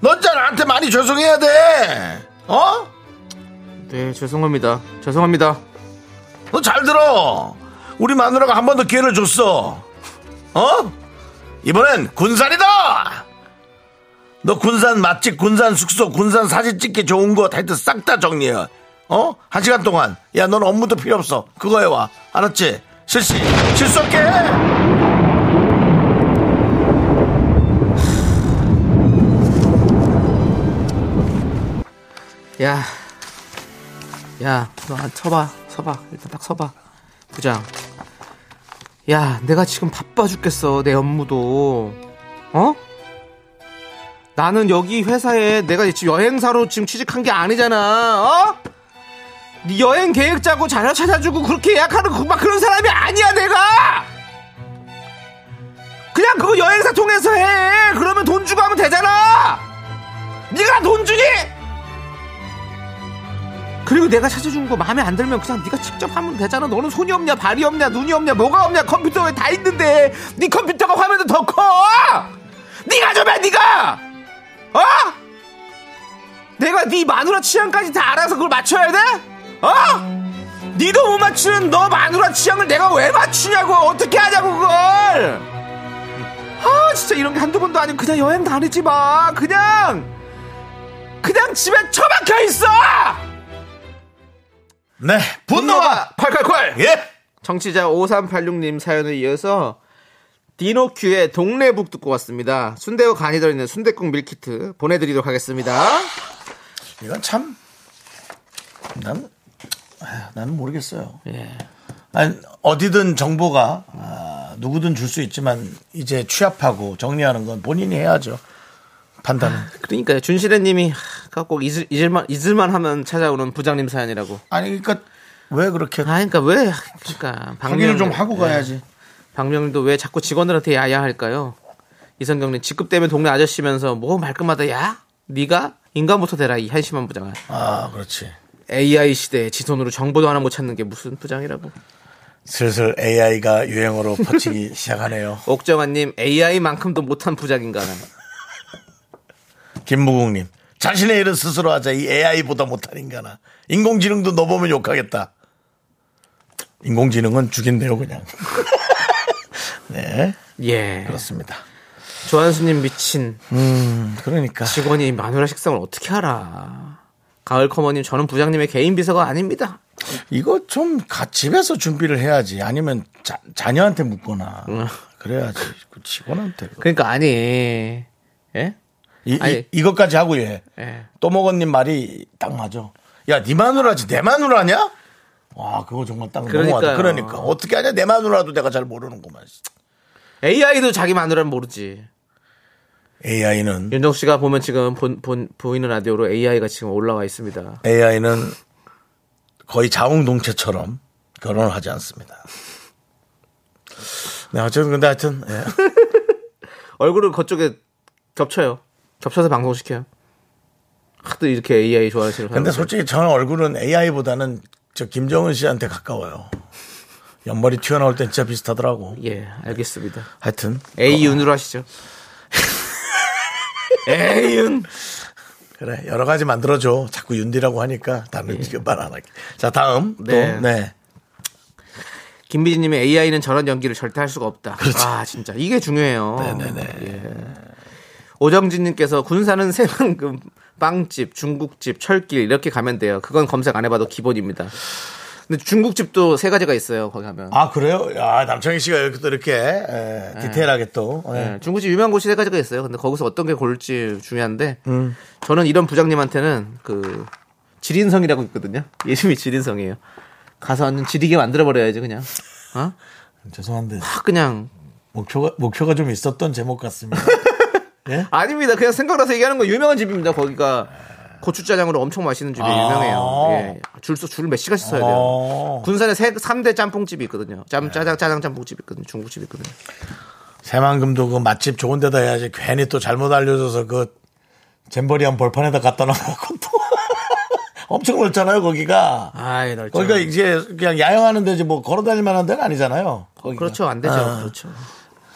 S1: 넌 진짜 나한테 많이 죄송해야 돼. 어?
S2: 네 죄송합니다 죄송합니다
S1: 너 잘 들어. 우리 마누라가 한 번 더 기회를 줬어. 어? 이번엔 군산이다! 너 군산 맛집, 군산 숙소, 군산 사진 찍기 좋은 거 하여튼 싹 다 정리해. 어? 한 시간 동안. 야, 넌 업무도 필요 없어. 그거 해와. 알았지? 실시. 실수 없게 해!
S2: 야, 야, 너 안 서봐, 서봐. 일단 딱 서봐. 부장. 야, 내가 지금 바빠 죽겠어, 내 업무도. 어? 나는 여기 회사에 내가 지금 여행사로 지금 취직한 게 아니잖아, 어? 네 여행 계획 짜고 자료 찾아주고 그렇게 예약하는 그- 막 그런 사람이 아니야, 내가! 그냥 그거 여행사 통해서 해! 그러면 돈 주고 하면 되잖아! 네가 돈 주니! 그리고 내가 찾아준 거 마음에 안 들면 그냥 네가 직접 하면 되잖아. 너는 손이 없냐, 발이 없냐, 눈이 없냐, 뭐가 없냐, 컴퓨터에 다 있는데 네 컴퓨터가 화면도 더 커. 네가 좀 해, 네가. 어? 내가 네 마누라 취향까지 다 알아서 그걸 맞춰야 돼? 어? 네도 못 맞추는 너 마누라 취향을 내가 왜 맞추냐고 어떻게 하냐고 그걸 아 진짜 이런 게 한두 번도 아니고 그냥 여행 다니지 마 그냥 그냥 집에 처박혀 있어
S1: 네. 분노가!
S2: 팔칼칼
S1: 예!
S2: 정치자 5386님 사연에 이어서 디노큐의 동네북 듣고 왔습니다 순대와 간이 들어있는 순대국 밀키트 보내드리도록 하겠습니다
S1: 이건 참. 난. 아, 나는 모르겠어요.
S2: 예.
S1: 아니, 어디든 정보가 아, 누구든 줄 수 있지만 이제 취합하고 정리하는 건 본인이 해야죠. 판단은.
S2: 그러니까요. 준실애님이 하, 꼭 잊을, 잊을만 잊을만 하면 찾아오는 부장님 사연이라고.
S1: 아니 그러니까 왜 그렇게
S2: 아, 그러니까 왜? 그러니까
S1: 확인을 좀 하고
S2: 예.
S1: 가야지.
S2: 박명도 왜 자꾸 직원들한테 야야 할까요? 이성경님 직급 때문에 동네 아저씨면서 뭐 말끝마다 야? 네가 인간부터 되라 이 한심한 부장아.
S1: 아 그렇지.
S2: AI 시대에 지 손으로 정보도 하나 못 찾는 게 무슨 부장이라고.
S1: 슬슬 AI가 유행어로 퍼치기 시작하네요.
S2: 옥정아님 AI만큼도 못한 부장인가는.
S1: 김무국님 자신의 일은 스스로 하자 이 AI보다 못한 인간아 인공지능도 너 보면 욕하겠다 인공지능은 죽인대요 그냥 네
S2: 예.
S1: 그렇습니다
S2: 조한수님 미친
S1: 그러니까
S2: 직원이 마누라 식상을 어떻게 알아? 가을 커머님 저는 부장님의 개인 비서가 아닙니다.
S1: 이거 좀 가- 집에서 준비를 해야지 아니면 자, 자녀한테 묻거나 그래야지 그 직원한테 그-
S2: 그러니까 아니, 예, 예,
S1: 이,
S2: 아니.
S1: 이, 것까지 하고 예 또먹었님 말이 딱 맞아 야네 마누라지 내 마누라냐 와 그거 정말 딱 너무하다
S2: 그러니까요.
S1: 그러니까 어떻게 하냐 내 마누라도 내가 잘 모르는구만
S2: AI도 자기 마누라는 모르지.
S1: AI는
S2: 윤정 씨가 보면 지금 본, 본, 보이는 라디오로 AI가 지금 올라와 있습니다.
S1: AI는 거의 자웅동체처럼 결혼을 하지 않습니다. 네, 어쨌든 근데 하여튼 예.
S2: 얼굴을 그쪽에 겹쳐요. 겹쳐서 방송시켜요. 하도 이렇게 AI 좋아하시는
S1: 근데
S2: 사람들.
S1: 솔직히 저는 얼굴은 AI보다는 저 김정은 씨한테 가까워요. 옆머리 튀어나올 땐 진짜 비슷하더라고.
S2: 예, 알겠습니다.
S1: 하여튼
S2: A 윤으로 하시죠. A 윤.
S1: 그래 여러 가지 만들어줘. 자꾸 윤디라고 하니까 나는 지금 말안 할게. 자 다음
S2: 네.
S1: 또 네.
S2: 김비진님의 AI는 저런 연기를 절대 할 수가 없다. 아 진짜 이게 중요해요.
S1: 그렇죠.
S2: 예.
S1: 네네네.
S2: 오정진님께서 군사는 새만금 빵집, 중국집, 철길 이렇게 가면 돼요. 그건 검색 안 해봐도 기본입니다. 근데 중국집도 세 가지가 있어요. 거기 가면.
S1: 아 그래요? 야 남창희 씨가 이렇게 또 이렇게 예, 디테일하게 또 예.
S2: 예, 중국집 유명한 곳이 세 가지가 있어요. 근데 거기서 어떤 게 고를지 중요한데
S1: 음.
S2: 저는 이런 부장님한테는 그 지린성이라고 있거든요. 예심이 지린성이에요. 가서 완전 지리게 만들어버려야지 그냥. 어?
S1: 죄송한데
S2: 딱 그냥
S1: 목표가 목표가 좀 있었던 제목 같습니다. 예?
S2: 아닙니다. 그냥 생각나서 얘기하는 거 유명한 집입니다. 거기가 고추짜장으로 엄청 맛있는 집이 유명해요. 예. 줄서 줄을 몇 시간씩 서야 돼요.
S1: 어.
S2: 군산에 세, 3대 짬뽕집이 있거든요. 짬 짜장 짜장 짬뽕집이 있거든요. 중국집이 있거든요.
S1: 새만금도 그 맛집 좋은 데다 해야지 괜히 또 잘못 알려줘서 그 잼버리한 벌판에다 갖다 놔놓고 또 엄청 넓잖아요 거기가
S2: 아이, 넓죠.
S1: 거기가 이제 그냥 야영하는 데지 뭐 걸어다닐 만한 데는 아니잖아요 거기가.
S2: 그렇죠. 안 되죠.
S1: 아,
S2: 그렇죠.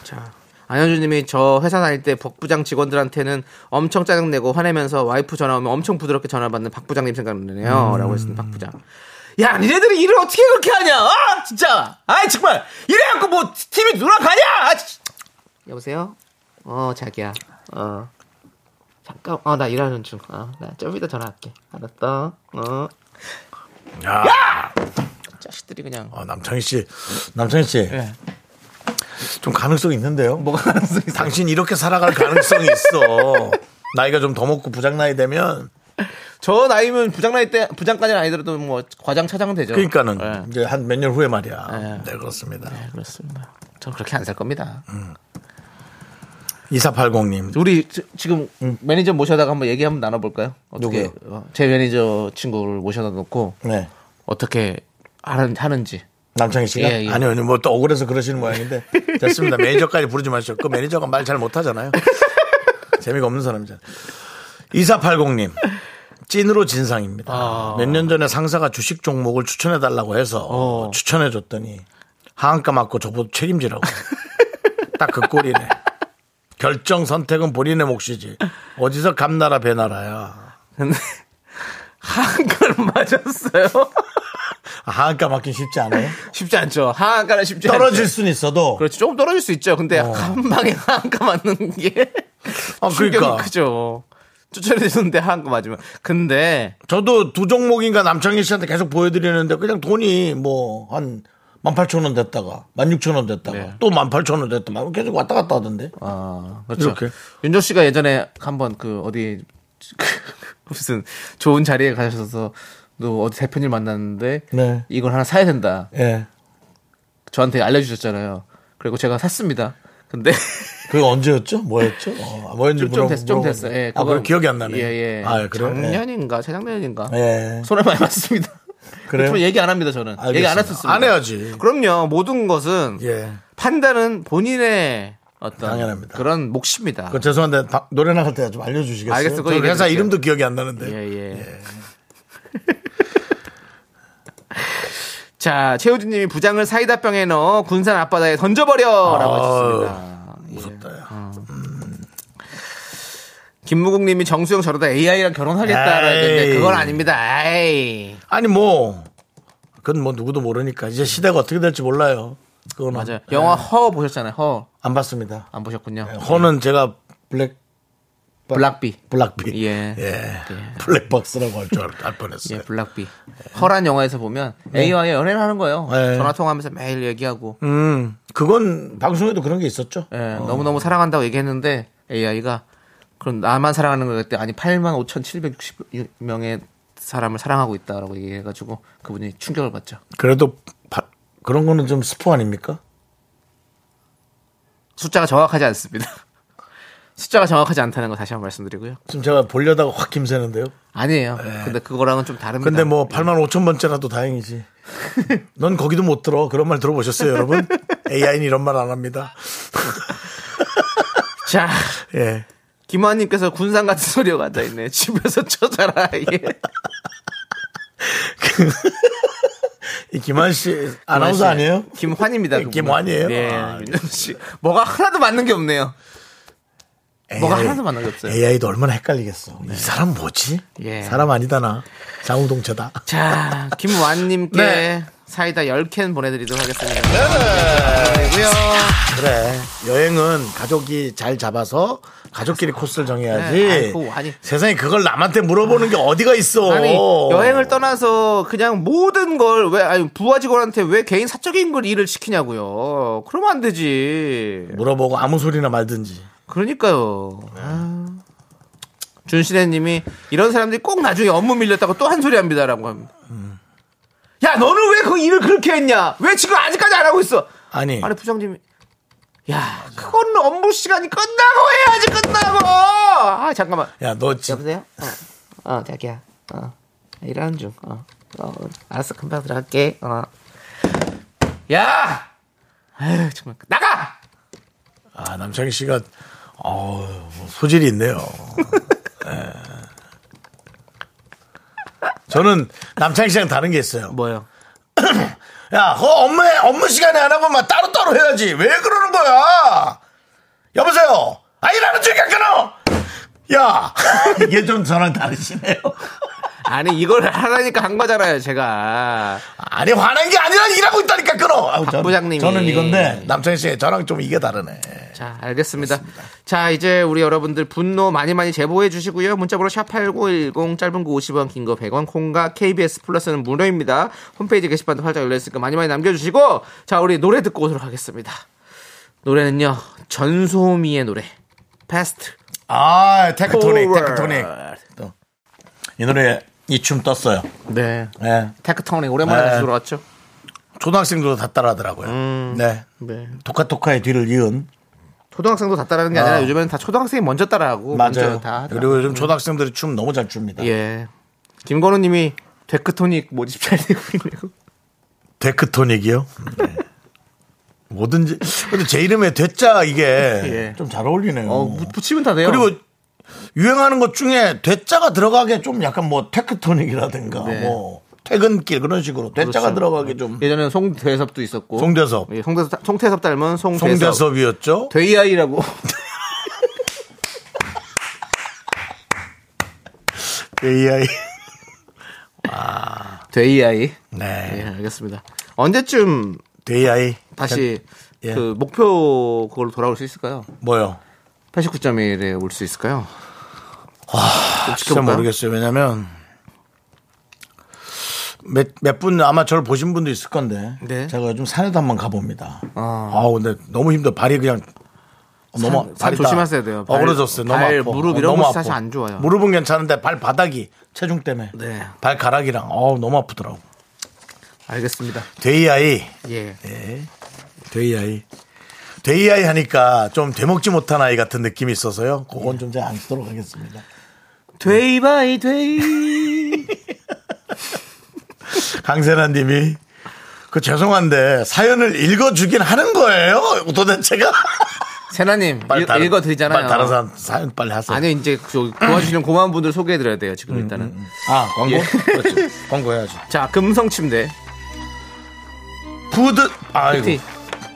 S2: 자. 안현주 님이 저 회사 다닐 때 박부장 직원들한테는 엄청 짜증내고 화내면서 와이프 전화 오면 엄청 부드럽게 전화 받는 박부장님 생각나네요. 라고 했습니다. 박부장. 야, 니네들이 일을 어떻게 그렇게 하냐? 아, 진짜. 아이, 정말. 이래갖고 뭐, 팀이 돌아가냐? 아, 진- 여보세요? 어, 자기야. 어. 잠깐, 어, 나 일하는 중. 어, 나 좀 이따 전화할게. 알았어. 어.
S1: 야!
S2: 자식들이 그냥.
S1: 아, 남창희 씨 남창희 씨 좀 가능성이 있는데요
S2: 뭐가 가능성이 있어요?
S1: 당신 이렇게 살아갈 가능성이 있어 나이가 좀 더 먹고 부장 나이 되면
S2: 저 나이면 부장 나이 때 부장까지는 아니더라도 뭐 과장 차장은 되죠.
S1: 그러니까는
S2: 네,
S1: 이제 한 몇 년 후에
S2: 예.
S1: 말이야 네 그렇습니다
S2: 그렇습니다. 전 그렇게 안 살 겁니다.
S1: 음. 2480님
S2: 우리 지- 지금 매니저 모셔다가 한번 얘기 한번 나눠볼까요? 어떻게
S1: 음. 누구요?
S2: 어, 제 매니저 친구를 모셔다 놓고
S1: 네.
S2: 어떻게 하는 하는지.
S1: 남창희 씨가
S2: 예, 예.
S1: 아니요, 아니요, 뭐또 억울해서 그러시는 모양인데 됐습니다. 매니저까지 부르지 마시오. 그 매니저가 말 잘 못하잖아요. 재미가 없는 사람이잖아요. 2480님 찐으로 진상입니다.
S2: 아. 네.
S1: 몇 년 전에 상사가 주식 종목을 추천해 달라고 해서
S2: 어.
S1: 추천해 줬더니 하한가 맞고 저보다 책임지라고. 딱 그 꼴이네. 결정 선택은 본인의 몫이지. 어디서 감나라 배나라야.
S2: 근데 한글 맞았어요.
S1: 아, 하한가 맞긴 쉽지 않아요.
S2: 쉽지 않죠. 한가는 쉽지
S1: 떨어질
S2: 않죠.
S1: 수는 있어도
S2: 그렇지 조금 떨어질 수 있죠. 근데 한 방에 한가 맞는 게
S1: 아,
S2: 충격이
S1: 그러니까.
S2: 크죠. 추천해줬는데 한가 맞으면 근데
S1: 저도 두 종목인가 남창희 씨한테 계속 보여드리는데 그냥 돈이 뭐 한 18,000원 됐다가 16,000원 됐다가
S2: 네.
S1: 또 18,000원 됐다가 막 계속 왔다 갔다 하던데.
S2: 아, 그렇죠.
S1: 이렇게.
S2: 윤조 씨가 그, 예전에 한번 그 어디 무슨 좋은 자리에 가셔서 너 어디 대표님 만났는데
S1: 네.
S2: 이걸 하나 사야 된다.
S1: 예.
S2: 저한테 알려주셨잖아요. 그리고 제가 샀습니다. 근데
S1: 그게 언제였죠? 뭐였죠? 어, 뭐였는지
S2: 좀, 좀
S1: 물어보-
S2: 됐어, 좀
S1: 물어보-
S2: 됐어. 예,
S1: 아, 그걸 기억이 안 나네.
S2: 예, 예.
S1: 아, 그래요?
S2: 작년인가, 재작년인가.
S1: 예.
S2: 손해 많이 봤습니다.
S1: 그래요?
S2: 저는 얘기 안 합니다, 저는. 얘기 안
S1: 알겠습니다.
S2: 했었습니다.
S1: 안 해야지.
S2: 아, 네. 그럼요, 모든 것은
S1: 예.
S2: 판단은 본인의 어떤
S1: 당연합니다.
S2: 그런 몫입니다.
S1: 그 죄송한데 바- 노래 나갈 때 좀 알려주시겠어요?
S2: 알겠어요. 그거
S1: 저 회사
S2: 얘기해드릴게요.
S1: 이름도 기억이 안 나는데.
S2: 예, 예. 자, 최우진 님이 부장을 사이다병에 넣어 군산 앞바다에 던져버려! 라고 하셨습니다.
S1: 아, 무섭다. 야.
S2: 김무국 님이 정수영 저러다 AI랑 결혼하겠다라는데
S1: 에이.
S2: 그건 아닙니다. 에이.
S1: 아니 뭐 그건 뭐 누구도 모르니까 이제 시대가 어떻게 될지 몰라요. 그건
S2: 맞아요. 영화 허 보셨잖아요. 허.
S1: 안 봤습니다.
S2: 안 보셨군요.
S1: 어, 네. 허는 제가 블랙
S2: 블락비.
S1: 블락비
S2: 예.
S1: 예. 블랙박스라고 할 줄 알 뻔했어요.
S2: 예, 블락비.
S1: 네.
S2: 허란 영화에서 보면 A와의 연애를 하는 거예요.
S1: 예.
S2: 전화 통화하면서 매일 얘기하고
S1: 음 그건 방송에도 그런 게 있었죠.
S2: 예, 너무너무 사랑한다고 얘기했는데 AI가 그럼 나만 사랑하는 거였대. 아니 8만 5,760명의 사람을 사랑하고 있다라고 얘기해 가지고 그분이 충격을 받죠.
S1: 그래도 바- 그런 거는 좀 스포 아닙니까?
S2: 숫자가 정확하지 않습니다. 숫자가 정확하지 않다는 거 다시 한번 말씀드리고요.
S1: 지금 제가 보려다가 확 김새는데요.
S2: 아니에요. 근데 그거랑은 좀 다릅니다.
S1: 네. 근데 뭐 8만 5천 번째라도 다행이지. 넌 거기도 못 들어. 그런 말 들어보셨어요, 여러분? AI는 이런 말 안 합니다.
S2: 자,
S1: 예.
S2: 김환님께서 군산 같은 소리가 앉아 있네. 집에서 쳐자라. 예.
S1: 이 김한 씨 아나운서
S2: 네. 김환 씨.
S1: 아니에요?
S2: 김환입니다. 그분은.
S1: 김환이에요?
S2: 네,
S1: 아,
S2: 민정 씨. 뭐가 하나도 맞는 게 없네요. 뭐가
S1: AI
S2: 하나도 만난 게 없어요. 네.
S1: AI도 얼마나 헷갈리겠어. 이 사람 뭐지?
S2: 예.
S1: 사람 아니다 나. 자웅동체다.
S2: 자, 김완님께
S1: 네.
S2: 사이다 10캔 보내드리도록 하겠습니다. 그리고요.
S1: 그래. 여행은 가족이 잘 잡아서 가족끼리 코스를 정해야지.
S2: 네, 아이고, 아니.
S1: 세상에 그걸 남한테 물어보는 게 어디가 있어.
S2: 아니, 여행을 떠나서 그냥 모든 걸 왜, 아니, 부하 직원한테 왜 개인 사적인 걸 일을 시키냐고요. 그러면 안 되지.
S1: 물어보고 아무 소리나 말든지.
S2: 그러니까요. 아. 준신혜님이 이런 사람들이 꼭 나중에 업무 밀렸다고 또 한 소리 합니다라고 합니다. 야, 너는 왜 그 일을 그렇게 했냐? 왜 지금 아직까지 안 하고 있어?
S1: 아니.
S2: 아니 부장님이 야 그건 업무 시간이 끝나고 해야지 끝나고 아 잠깐만
S1: 야, 너 지금
S2: 여보세요 어, 어 자기야 어 일하는 중어 어, 알았어 금방 들어갈게 어야 아유 정말 나가
S1: 아, 남창희 씨가 어우, 소질이 있네요. 예. 저는 남창희 씨랑 다른 게 있어요.
S2: 뭐요
S1: 야, 그 업무 업무 시간에 안 하고 막 따로 따로 해야지. 왜 그러는 거야? 여보세요. 아 일하는 중이야 끊어. 야, 이게 좀 저랑 다르시네요.
S2: 아니 이걸 하라니까 한 거잖아요 제가
S1: 아니 화난 게 아니라 일하고 있다니까 끊어. 아우, 전-
S2: 부장님이.
S1: 저는 이건데 남창희 씨 저랑 좀 이게 다르네.
S2: 자, 알겠습니다. 자, 이제 우리 여러분들 분노 많이 많이 제보해 주시고요. 문자번호 샵8910 짧은 거 50원, 긴 거 100원, 콩과 KBS 플러스는 무료입니다. 홈페이지 게시판도 활짝 열려 있으니까 많이 많이 남겨 주시고 자, 우리 노래 듣고 오도록 하겠습니다. 노래는요. 전소미의 노래. 패스트.
S1: 아, 테크토닉,
S2: Forward.
S1: 테크토닉. 또. 이 노래 이 춤 떴어요.
S2: 네.
S1: 네.
S2: 테크토닉 오랜만에
S1: 네.
S2: 다시 돌아왔죠?
S1: 초등학생들도 다 따라하더라고요. 네.
S2: 네.
S1: 토카토카의 뒤를 이은.
S2: 초등학생도 다 따라하는 게 아니라 요즘에는 다 초등학생이 먼저 따라하고 먼저
S1: 맞아요.
S2: 다 하더라고요.
S1: 그리고 요즘 초등학생들이 춤 너무 잘 춥니다.
S2: 예. 김건우 님이 테크토닉 모집 잘 되고 있네요.
S1: 데크토닉이요? 네. 뭐든지. 근데 제 이름에 대자 이게
S2: 예.
S1: 좀 잘 어울리네요.
S2: 어, 무- 붙이면 다 돼요.
S1: 그리고 유행하는 것 중에 대자가 들어가게 좀 약간 뭐 테크토닉이라든가
S2: 네.
S1: 뭐 퇴근길 그런 식으로 대자가
S2: 그렇죠.
S1: 들어가게 좀
S2: 예전에는 송대섭도 있었고
S1: 송대섭.
S2: 예, 송대섭 송태섭 닮은 송대섭,
S1: 송대섭이었죠.
S2: 데이아이라고 예.
S1: AI.
S2: 데이아이 예
S1: 네.
S2: 알겠습니다 언제쯤
S1: AI.
S2: 예. 다시
S1: 예.
S2: 그 목표 그걸로 돌아올 수 있을까요?
S1: 뭐요?
S2: 89.1에 올 수 있을까요? 와
S1: 진짜 모르겠어요. 왜냐면 몇 몇 분 아마 저를 보신 분도 있을 건데
S2: 네.
S1: 제가 요즘 산에도 한번 가봅니다. 아. 우 근데 너무 힘들어 발이 그냥 너무
S2: 산
S1: 발이 다
S2: 조심하셔야 돼요. 발,
S1: 어그러졌어요. 너무
S2: 발,
S1: 아파.
S2: 무릎
S1: 어,
S2: 이런
S1: 너무
S2: 거
S1: 아파.
S2: 사실 안 좋아요.
S1: 무릎은 괜찮은데 발 바닥이 체중 때문에
S2: 네.
S1: 발가락이랑 어우 너무 아프더라고.
S2: 알겠습니다.
S1: 데이아이
S2: 예.
S1: 데이아이 데이아이 하니까 좀 되먹지 못한 아이 같은 느낌이 있어서요.
S2: 네.
S1: 그건 좀 잘 안 쓰도록 하겠습니다.
S2: 데이 바이 데이.
S1: 강세라님이 그 죄송한데 사연을 읽어주긴 하는 거예요. 도대체가
S2: 세나님
S1: 빨리
S2: 읽-
S1: 다른-
S2: 읽어드리잖아요.
S1: 빨리 다른 사람 사연 빨리 하세요.
S2: 아니 이제 저 도와주시는 고마운 분들 소개해드려야 돼요. 지금 일단은.
S1: 아 광고
S2: 예.
S1: 그렇죠. 광고 해야죠.
S2: 자 금성 침대
S1: 푸드 아이고
S2: 티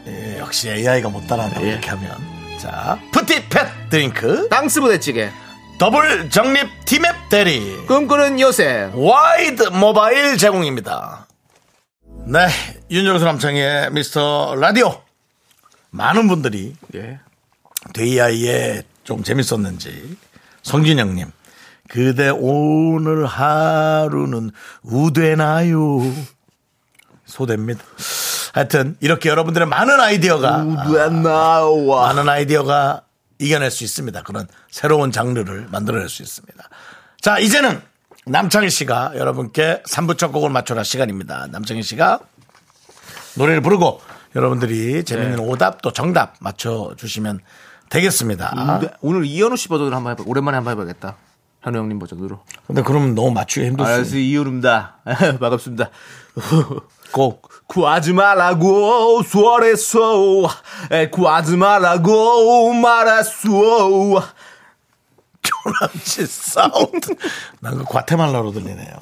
S1: 예, 역시 AI가 못 따라하네
S2: 예.
S1: 이렇게 하면 자 푸티팻 드링크
S2: 땅스 부대찌개
S1: 더블 정립 티맵 대리
S2: 꿈꾸는 요새
S1: 와이드 모바일 제공입니다. 네, 윤정수 남창의 미스터 라디오. 많은 분들이
S2: 예.
S1: 데이아이에 좀 재밌었는지 성진영님 그대 오늘 하루는 우대나요 소대입니다. 하여튼 이렇게 여러분들의 많은 아이디어가
S2: 나와
S1: 많은 아이디어가 이겨낼 수 있습니다. 그런 새로운 장르를 만들어낼 수 있습니다. 자, 이제는 남창희 씨가 여러분께 3부 첫 곡을 맞춰라 시간입니다. 남창희 씨가 노래를 부르고 여러분들이 재밌는 오답 또 정답 맞춰주시면
S2: 음,
S1: 되겠습니다.
S2: 오늘 이현우 씨 버전으로 한번 해봐 오랜만에 한번 해봐야겠다 현우 형님 버전으로
S1: 근데 그러면 너무 맞추기 힘들 수 있고.
S2: 이현우입니다 반갑습니다 구하지 말라고 수월했어 구하지 말라고 말했어
S1: 조남지 사운드. 난 그 과테말라로 들리네요.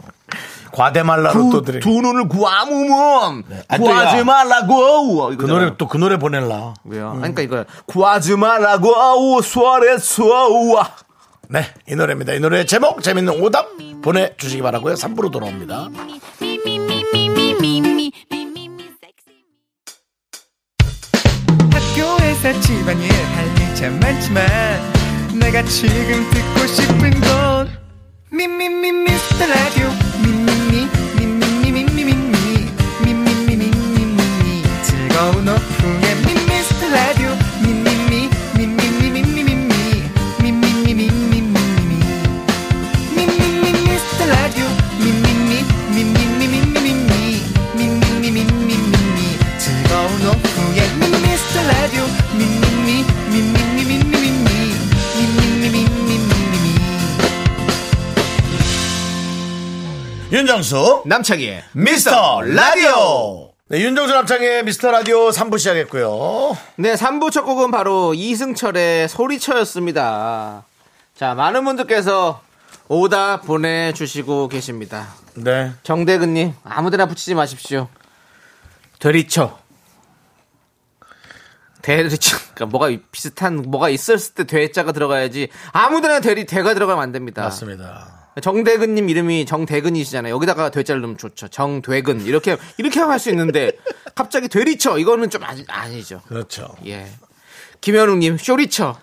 S1: 과테말라로 또 들리.
S2: 두 눈을 구하면
S1: 아, 또 야.
S2: 구하지 말라고
S1: 그 노래 또 그 노래 보낼라.
S2: 왜요? 그러니까 이거 구하지 말라고 수월했어
S1: 네, 이 노래입니다. 이 노래의 제목, 재밌는 오답 보내주시기 바라고요 3부로 돌아옵니다.
S5: 학교에서 집안일 할 일 참 많지만 내가 지금 듣고 싶은 건 미미미 미스터 라디오 미미미 미미미 미미미 미미미 미미미 즐거운 오후에 미스터 라디오 미미미 미미미 미미미 미미미 미미미 미미미 미스터 라디오 미미미 미미미 미미미 미미미 미미미 즐거운 오후에 미스터 라디오 미미미 미미미 미미미 미미미 미미미
S1: 윤정수,
S2: 남창희의
S1: 미스터 라디오! 네, 윤정수 남창의 미스터 라디오 3부 시작했고요.
S2: 네 3부 첫 곡은 바로 이승철의 소리쳐였습니다 자 많은 분들께서 오다 보내주시고 계십니다
S1: 네.
S2: 정대근님 아무데나 붙이지 마십시오 되리쳐 대리쳐 그러니까 뭐가 비슷한 뭐가 있었을 때 되자가 들어가야지 아무데나 대리 대가 들어가면 안 됩니다
S1: 맞습니다.
S2: 정대근님 이름이 정대근이시잖아요. 여기다가 되자를 넣으면 좋죠. 정대근 이렇게 이렇게 할 수 있는데 갑자기 되리쳐 이거는 좀 아니, 아니죠.
S1: 그렇죠.
S2: 예. 김현웅님 쇼리쳐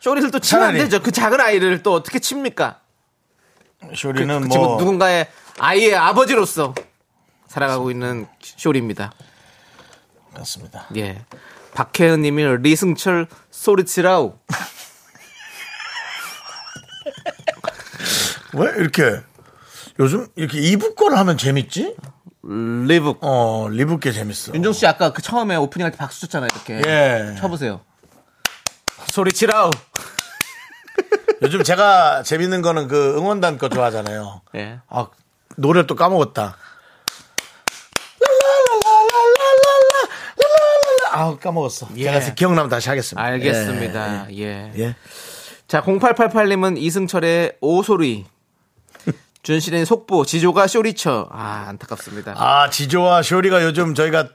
S2: 쇼리를 또 치면 안
S1: 차라리.
S2: 되죠. 그 작은 아이를 또 어떻게 칩니까?
S1: 쇼리는
S2: 그
S1: 뭐.
S2: 친구 누군가의 아이의 아버지로서 살아가고 있는 쇼리입니다.
S1: 그렇습니다.
S2: 예. 박혜은님이 리승철 소리치라우
S1: 왜 이렇게 요즘 이렇게 이북 거를 하면 재밌지?
S2: 리브.
S1: 어, 리북 게 재밌어.
S2: 윤정수 씨 아까 그 처음에 오프닝 할 때 박수 쳤잖아요. 이렇게
S1: 예.
S2: 쳐보세요. 소리치라우.
S1: 요즘 제가 재밌는 거는 그 응원단 거 좋아하잖아요.
S2: 예.
S1: 아, 노래를 또 까먹었다. 아, 까먹었어.
S2: 예.
S1: 제가 다시 기억나면 다시 하겠습니다.
S2: 알겠습니다. 예.
S1: 예. 예.
S2: 자, 0888님은 이승철의 오소리. 준실의 속보, 지조가 쇼리쳐. 아, 안타깝습니다.
S1: 아, 지조와 쇼리가 요즘 저희가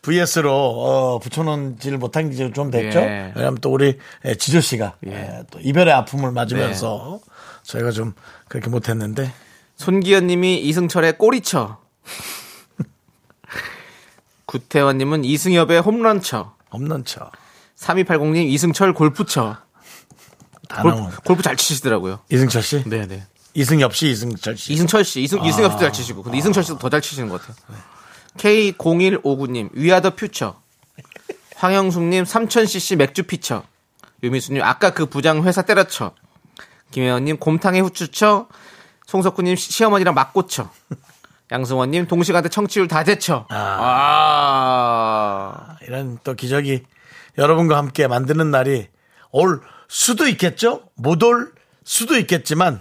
S1: VS로 어, 붙여놓지를 못한 게 좀 됐죠.
S2: 예.
S1: 왜냐하면 또 우리 예, 지조 씨가
S2: 예.
S1: 예, 또 이별의 아픔을 맞으면서 저희가 좀 그렇게 못했는데
S2: 손기현님이 이승철의 꼬리쳐. 구태원님은 이승엽의 홈런쳐.
S1: 없는 척.
S2: 3280님 이승철 골프쳐.
S1: 다
S2: 골,
S1: 나온.
S2: 골프 잘 치시더라고요.
S1: 이승철 씨,
S2: 네네.
S1: 이승엽 씨, 이승철 씨.
S2: 아. 이승철 씨, 이승, 이승엽 씨도 잘 치시고. 근데 이승철 씨도 더 잘 치시는 것 같아요. K0159님, 위아더 퓨처. 황영숙님, 삼천CC 맥주 피처. 유미수님 아까 그 부장 회사 때려쳐. 김혜원님 곰탕에 후추쳐. 송석구님 시- 시어머니랑 맞고쳐. 양승원님 동식한테 청취율 다 제쳐. 아.
S1: 이런 또 기적이 여러분과 함께 만드는 날이 올 수도 있겠죠? 못 올 수도 있겠지만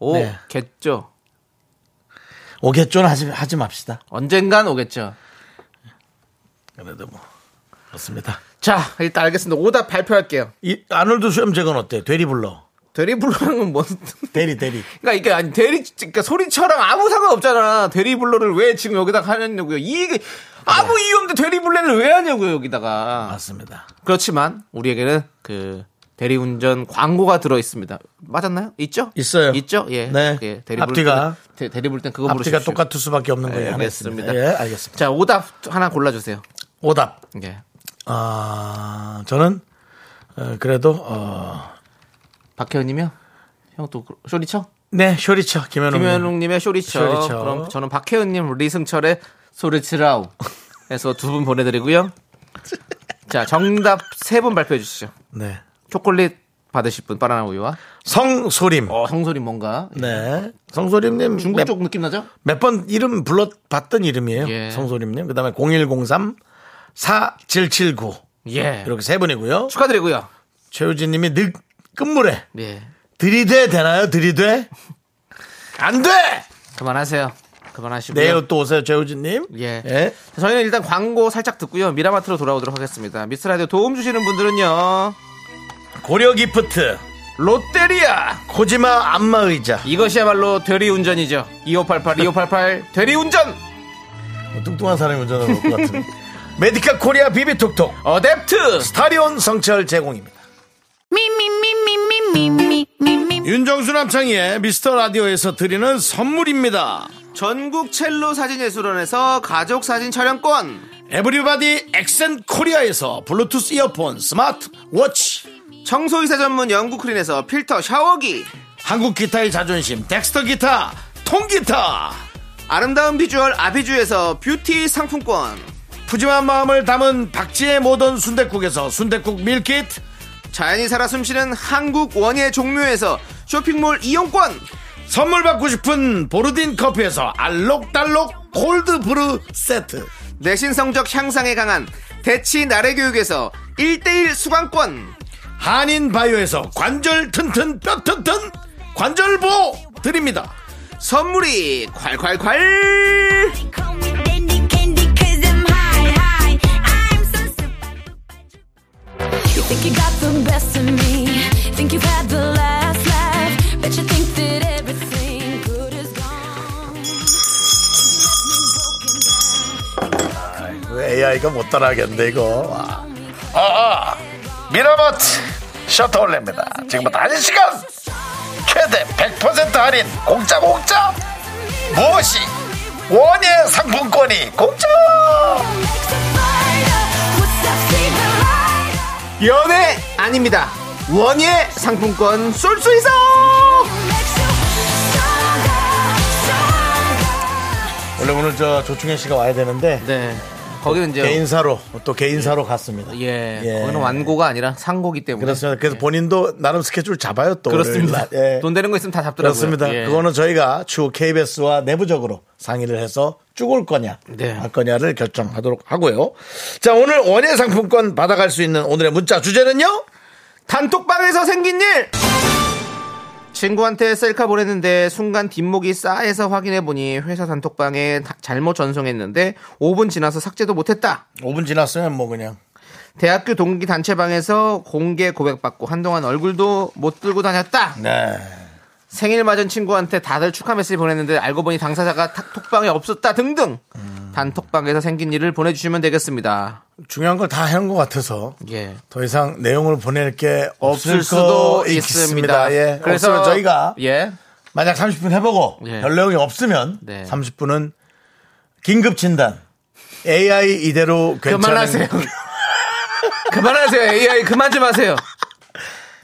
S2: 오
S1: 네.
S2: 겠죠.
S1: 오겠죠는 하지, 하지 맙시다.
S2: 언젠간 오겠죠.
S1: 그래도 뭐 그렇습니다.
S2: 자 일단 알겠습니다. 오답 발표할게요.
S1: 이 아놀드 수염제건 어때? 되리 불러.
S2: 대리불로는 뭔?
S1: 대리 대리.
S2: 그러니까 이게 아니 대리 그러니까 소리처럼 아무 상관 없잖아. 대리불로를 왜 지금 여기다 하냐고요. 이 아무
S1: 네.
S2: 이유 없는데 대리불레를 왜 하냐고요 여기다가.
S1: 아. 맞습니다.
S2: 그렇지만 우리에게는 그 대리운전 광고가 들어 있습니다. 맞았나요? 있죠?
S1: 있어요.
S2: 있죠? 예.
S1: 네.
S2: 예. 대리 부를
S1: 앞뒤가.
S2: 때는- 대- 대리 부를 땐 그거
S1: 앞뒤가
S2: 부르십시오.
S1: 똑같을 수밖에 없는 거예요.
S2: 예, 알겠습니다.
S1: 예, 알겠습니다.
S2: 자, 오답 하나 골라 주세요.
S1: 오답.
S2: 예.
S1: 아, 저는 어, 그래도 어,
S2: 박혜원 님이요? 형또 그, 쇼리쳐?
S1: 네 쇼리처 김현웅.
S2: 김현웅 님의 쇼리쳐.
S1: 쇼리쳐.
S2: 그럼 저는 박혜원 님 리승철의 소리치라우. 해서 두 분 보내 드리고요. 자, 정답 세 분 발표해 주시죠.
S1: 네.
S2: 초콜릿 받으실 분 바나나 우유와
S1: 성소림.
S2: 어, 네. 성소리 뭔가
S1: 네. 성소림님
S2: 중국 쪽 느낌 나죠?
S1: 몇 번 이름 불러봤던 이름이에요.
S2: 예.
S1: 성소림님. 그 다음에 0103 4779.
S2: 예.
S1: 이렇게 세 분이고요.
S2: 축하드리고요.
S1: 최우진 님이 늘 끝물에
S2: 예.
S1: 들이대 되나요? 들이대? 안 돼!
S2: 그만하세요. 네, 그만하시고요.
S1: 내일 또 오세요, 최우진 님.
S2: 예. 저희는 일단 광고 살짝 듣고요. 미라마트로 돌아오도록 하겠습니다. 미스라디오 도움 주시는 분들은요.
S1: 고려 기프트,
S2: 롯데리아.
S1: 코지마 안마 의자.
S2: 이것이야말로 대리운전이죠. 2588, 2588 대리운전.
S1: 뭐 뚱뚱한 사람이 운전하는 것 같은. 메디카 코리아 비비톡톡.
S2: 어댑트.
S1: 스타리온 성철 제공입니다. 윤정수 남창희의 미스터 라디오에서 드리는 선물입니다.
S2: 전국 첼로 사진예술원에서 가족 사진 촬영권.
S1: 에브리바디 엑센 코리아에서 블루투스 이어폰, 스마트 워치,
S2: 청소이사 전문 영국 크린에서 필터 샤워기.
S1: 한국 기타의 자존심, 덱스터 기타, 통기타,
S2: 아름다운 비주얼 아비주에서 뷰티 상품권.
S1: 푸짐한 마음을 담은 박지의 모던 순댓국에서순댓국 밀키트,
S2: 자연이 살아 숨쉬는 한국 원예 종묘에서 쇼핑몰 이용권.
S1: 선물 받고 싶은 보르딘 커피에서 알록달록 골드브루 세트,
S2: 내신 성적 향상에 강한 대치 나래 교육에서 1대1 수강권
S1: 한인 바이오에서 관절 튼튼 뼈 튼튼 관절보 드립니다.
S2: 선물이 콸콸콸
S1: AI가 못 따라하겠는데 이거. 와. 아, 아. 미라마트 셔터 올립니다. 지금부터 1시간 최대 100% 할인 공짜 공짜 무엇이 원예 상품권이 공짜
S2: 연애 아닙니다 원예 상품권 쏠 수 있어
S1: 원래 오늘 저 조충현 씨가 와야 되는데
S2: 네 거기는 이제
S1: 개인사로 또 개인사로 갔습니다.
S2: 예, 거기는 완고가 아니라 상고기 때문에
S1: 그렇습니다. 그래서 본인도 나름 스케줄 잡아요 또.
S2: 그렇습니다
S1: 월요일 날. 예.
S2: 돈 되는 거 있으면 다 잡더라고요
S1: 그렇습니다.
S2: 예.
S1: 그거는 저희가 추후 KBS와 내부적으로 상의를 해서 쭉 올 거냐,
S2: 네.
S1: 할 거냐를 결정하도록 하고요. 자, 오늘 원예 상품권 받아갈 수 있는 오늘의 문자 주제는요?
S2: 단톡방에서 생긴 일 친구한테 셀카 보냈는데 순간 뒷목이 싸해서 확인해보니 회사 단톡방에 다- 잘못 전송했는데 5분 지나서 삭제도 못했다
S1: 5분 지났으면 뭐 그냥.
S2: 대학교 동기 단체방에서 공개 고백받고 한동안 얼굴도 못 들고 다녔다.
S1: 네.
S2: 생일 맞은 친구한테 다들 축하 메시지 보냈는데 알고 보니 당사자가 톡방에 없었다 등등.
S1: 음.
S2: 단톡방에서 생긴 일을 보내주시면 되겠습니다.
S1: 중요한 걸 다 해온 것 같아서
S2: 예.
S1: 더 이상 내용을 보낼 게 없을
S2: 없을 수도
S1: 거
S2: 있습니다.
S1: 있습니다. 예. 그래서 저희가
S2: 예.
S1: 만약 30분 해보고
S2: 예.
S1: 별 내용이 없으면
S2: 네.
S1: 30분은 긴급 진단. AI 이대로 괜찮은
S2: 그만하세요. 그만하세요. AI 그만 좀 하세요.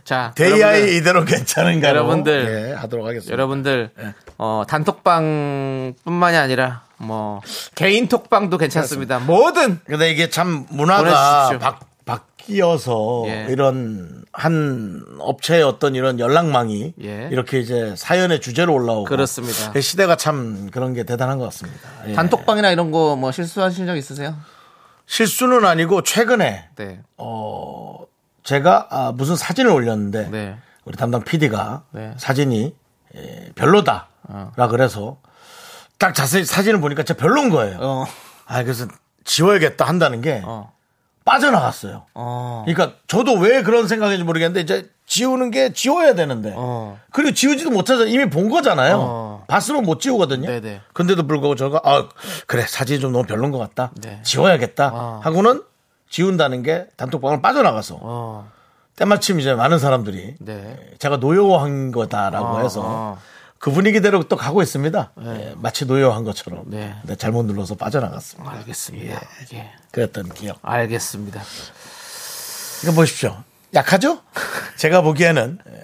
S2: 자, 여러분들.
S1: 대이아이 이대로 괜찮은가
S2: 여러분들.
S1: 예, 하도록 하겠습니다.
S2: 여러분들 어, 단톡방뿐만이 아니라 뭐 개인 톡방도 괜찮습니다. 뭐든
S1: 근데 이게 참 문화가
S2: 보내주십시오.
S1: 바, 바뀌어서
S2: 예.
S1: 이런 한 업체의 어떤 이런 연락망이
S2: 예.
S1: 이렇게 이제 사연의 주제로 올라오고 예,
S2: 그렇습니다.
S1: 시대가 참 그런 게 대단한 것 같습니다.
S2: 네.
S1: 예.
S2: 단톡방이나 이런 거 뭐 실수하신 적 있으세요?
S1: 실수는 아니고 최근에
S2: 네.
S1: 어 제가 아, 무슨 사진을 올렸는데
S2: 네.
S1: 우리 담당 PD가
S2: 네. 어.
S1: 사진이 예, 별로다라 그래서 딱 자세히 사진을 보니까 진짜 별론 거예요.
S2: 어.
S1: 아 그래서 지워야겠다 한다는 게
S2: 어.
S1: 빠져나갔어요.
S2: 어.
S1: 그러니까 저도 왜 그런 생각인지 모르겠는데 이제 지우는 게 지워야 되는데
S2: 어.
S1: 그리고 지우지도 못해서 이미 본 거잖아요.
S2: 어.
S1: 봤으면 못 지우거든요.
S2: 네네.
S1: 근데도 불구하고 제가 아 그래 사진이 좀 너무 별론 것 같다.
S2: 네.
S1: 지워야겠다
S2: 어.
S1: 하고는 지운다는 게 단톡방을 빠져나가서
S2: 어.
S1: 때마침 이제 많은 사람들이
S2: 네.
S1: 제가 노여워한 거다라고
S2: 어,
S1: 해서
S2: 어.
S1: 그 분위기대로 또 가고 있습니다. 예, 마치 노여워한 것처럼
S2: 네.
S1: 근데 잘못 눌러서 빠져나갔습니다.
S2: 알겠습니다. 예.
S1: 그랬던 기억.
S2: 알겠습니다.
S1: 이거 보십시오. 약하죠? 제가 보기에는 예,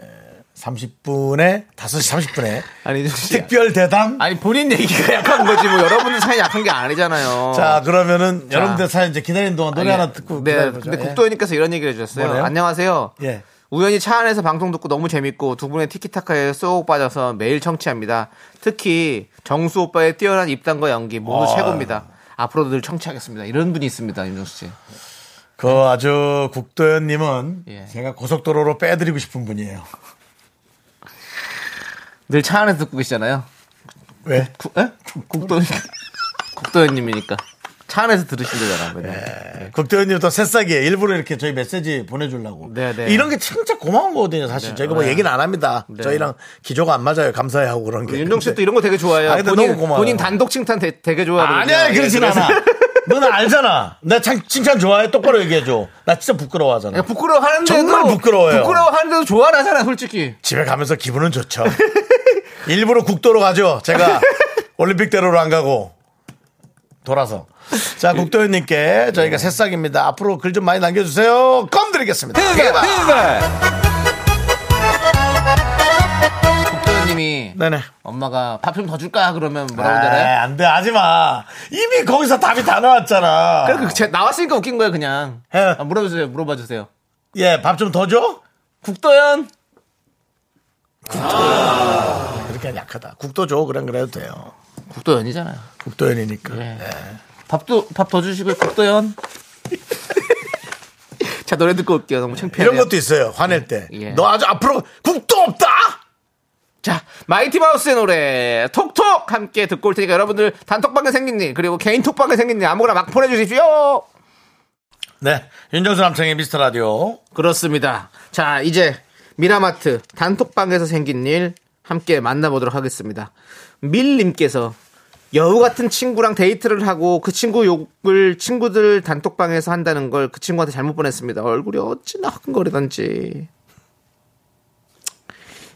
S1: 30분에 5시 30분에
S2: 아니, 좀 씨.
S1: 특별 대담.
S2: 아니 본인 얘기가 약한 거지 뭐 여러분들 사이 약한 게 아니잖아요.
S1: 자 그러면은 여러분들 사연 이제 기다리는 동안 노래
S2: 어. 아니,
S1: 하나 듣고
S2: 네,
S1: 기다려보죠.
S2: 근데
S1: 예.
S2: 국도현님께서 이런 얘기를 해주셨어요.
S1: 뭐래요?
S2: 안녕하세요.
S1: 예.
S2: 우연히 차 안에서 방송 듣고 너무 재밌고 두 분의 티키타카에 쏙 빠져서 매일 청취합니다. 특히 정수 오빠의 뛰어난 입담과 연기 모두
S1: 아.
S2: 최고입니다. 앞으로도 늘 청취하겠습니다. 이런 분이 있습니다, 윤정수 씨.
S1: 그 아주 국도연님은
S2: 예.
S1: 제가 고속도로로 빼드리고 싶은 분이에요.
S2: 늘 차 안에서 듣고 계시잖아요.
S1: 왜?
S2: 구, 에? 국- 국도 국도현님이니까 차 안에서 들으신다잖아.
S1: 예,
S2: 맨날.
S1: 국도연님 또 새싹이에요. 일부러 이렇게 저희 메시지 보내주려고.
S2: 네, 네.
S1: 이런 게 진짜 고마운 거거든요. 사실 저희가 뭐 얘기는 안 합니다. 저희랑 기조가 안 맞아요. 감사해하고 그런 게.
S2: 윤정수
S1: 근데-
S2: 씨도 이런 거 되게 좋아해요.
S1: 아, 근데
S2: 본인,
S1: 너무 고마워요.
S2: 본인 단독 칭찬 되, 게 좋아해요.
S1: 아니야, 그러진 않아. 너는 알잖아. 나 참, 칭찬 좋아해. 똑바로 얘기해줘. 나 진짜 부끄러워하잖아.
S2: 부끄러워하는데도
S1: 정말 부끄러워요.
S2: 부끄러워하는데도 좋아하잖아, 솔직히.
S1: 집에 가면서 기분은 좋죠. 일부러 국도로 가죠. 제가 올림픽대로로 안 가고 돌아서.
S2: 예.
S1: 자, 국도현님께 저희가 새싹입니다. 앞으로 글 좀 많이 남겨주세요. 껌 드리겠습니다.
S2: 국도현님이
S1: 네네.
S2: 엄마가 밥 좀 더 줄까 그러면 뭐라고 하잖아요.
S1: 아, 안 돼, 하지 마. 이미 거기서 답이 다 나왔잖아.
S2: 그래 그 제- 나왔으니까 웃긴 거예요 그냥.
S1: 예.
S2: 아, 물어보세요, 물어봐 주세요.
S1: 예, 밥 좀 더 줘?
S2: 국도현
S1: 그렇게 약하다. 국도 줘. 그럼 그래도 돼요.
S2: 국도현이잖아요.
S1: 국도현이니까.
S2: 예. 밥도 밥 더 주시고 국도현. 자 노래 듣고 올게요. 너무 창피해요.
S1: 이런 것도 있어요. 화낼 때.
S2: 예.
S1: 너 아주 앞으로 국도 없다!
S2: 자 마이티 마우스의 노래 톡톡 함께 듣고 올 테니까 여러분들 단톡방에 생긴 일 그리고 개인 톡방에 생긴 일 아무거나 막 보내주십시오.
S1: 네. 윤정수 남창의 미스터 라디오.
S2: 그렇습니다. 자, 이제 미라마트 단톡방에서 생긴 일 함께 만나보도록 하겠습니다. 밀님께서 여우 같은 친구랑 데이트를 하고 그 친구 욕을 친구들 단톡방에서 한다는 걸 그 친구한테 잘못 보냈습니다. 얼굴이 어찌나 화끈거리던지.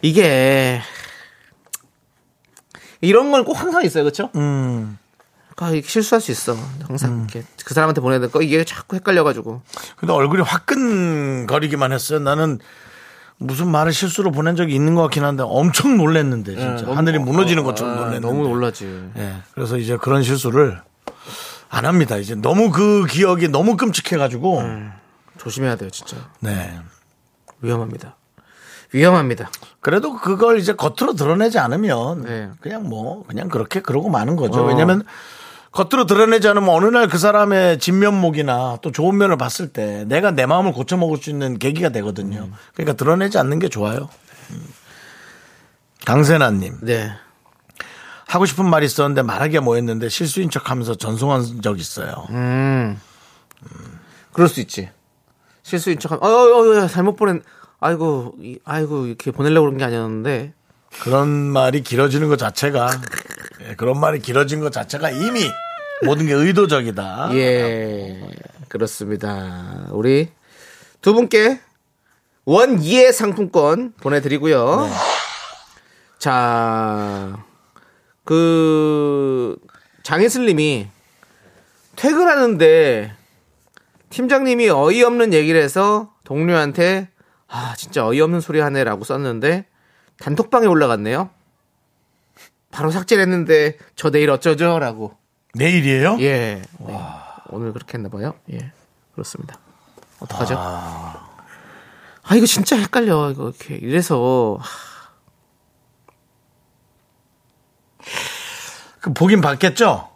S2: 이게 이런 건 꼭 항상 있어요, 그렇죠? 아, 이게 실수할 수 있어. 항상 이렇게 그 사람한테 보내야 될거 이게 자꾸 헷갈려가지고.
S1: 근데 얼굴이 화끈거리기만 했어요. 나는 무슨 말을 실수로 보낸 적이 있는 것 같긴 한데 엄청 놀랬는데 진짜 하늘이 예, 무너지는 것처럼 놀랬는데
S2: 아, 너무 놀라지.
S1: 예, 그래서 이제 그런 실수를 안 합니다. 이제 너무 그 기억이 너무 끔찍해가지고
S2: 조심해야 돼요, 진짜.
S1: 네
S2: 위험합니다. 위험합니다.
S1: 그래도 그걸 이제 겉으로 드러내지 않으면
S2: 네. 어.
S1: 그냥 뭐 그냥 그렇게 그러고 마는 거죠. 왜냐면 겉으로 드러내지 않으면 어느 날 그 사람의 진면목이나 또 좋은 면을 봤을 때 내가 내 마음을 고쳐 먹을 수 있는 계기가 되거든요.
S2: 음.
S1: 그러니까 드러내지 않는 게 좋아요. 음. 강세나님
S2: 네.
S1: 하고 싶은 말이 있었는데 말하기가 뭐였는데 실수인 척하면서 전송한 적 있어요.
S2: 음. 그럴 수 있지. 실수인 척, 하면, 어, 어, 어, 잘못 보낸, 아이고, 이- 아이고, 이렇게 보내려고 그런 게 아니었는데.
S1: 그런 말이 길어지는 것 자체가 예, 그런 말이 길어진 것 자체가 이미 모든 게 의도적이다.
S2: 예. 그렇습니다. 우리 두 분께 원예 상품권 보내드리고요. 자, 그, 장혜슬님이 퇴근하는데 팀장님이 어이없는 얘기를 해서 동료한테 아, 진짜 어이없는 소리 하네라고 썼는데 단톡방에 올라갔네요. 바로 삭제를 했는데 저 내일 어쩌죠? 라고.
S1: 내일이에요?
S2: 예. 네. 오늘 예. 그렇게 했나 봐요. 예. 그렇습니다. 어떡하죠? 아 이거 진짜 헷갈려 이거 이렇게 이래서
S1: 그 보긴 봤겠죠?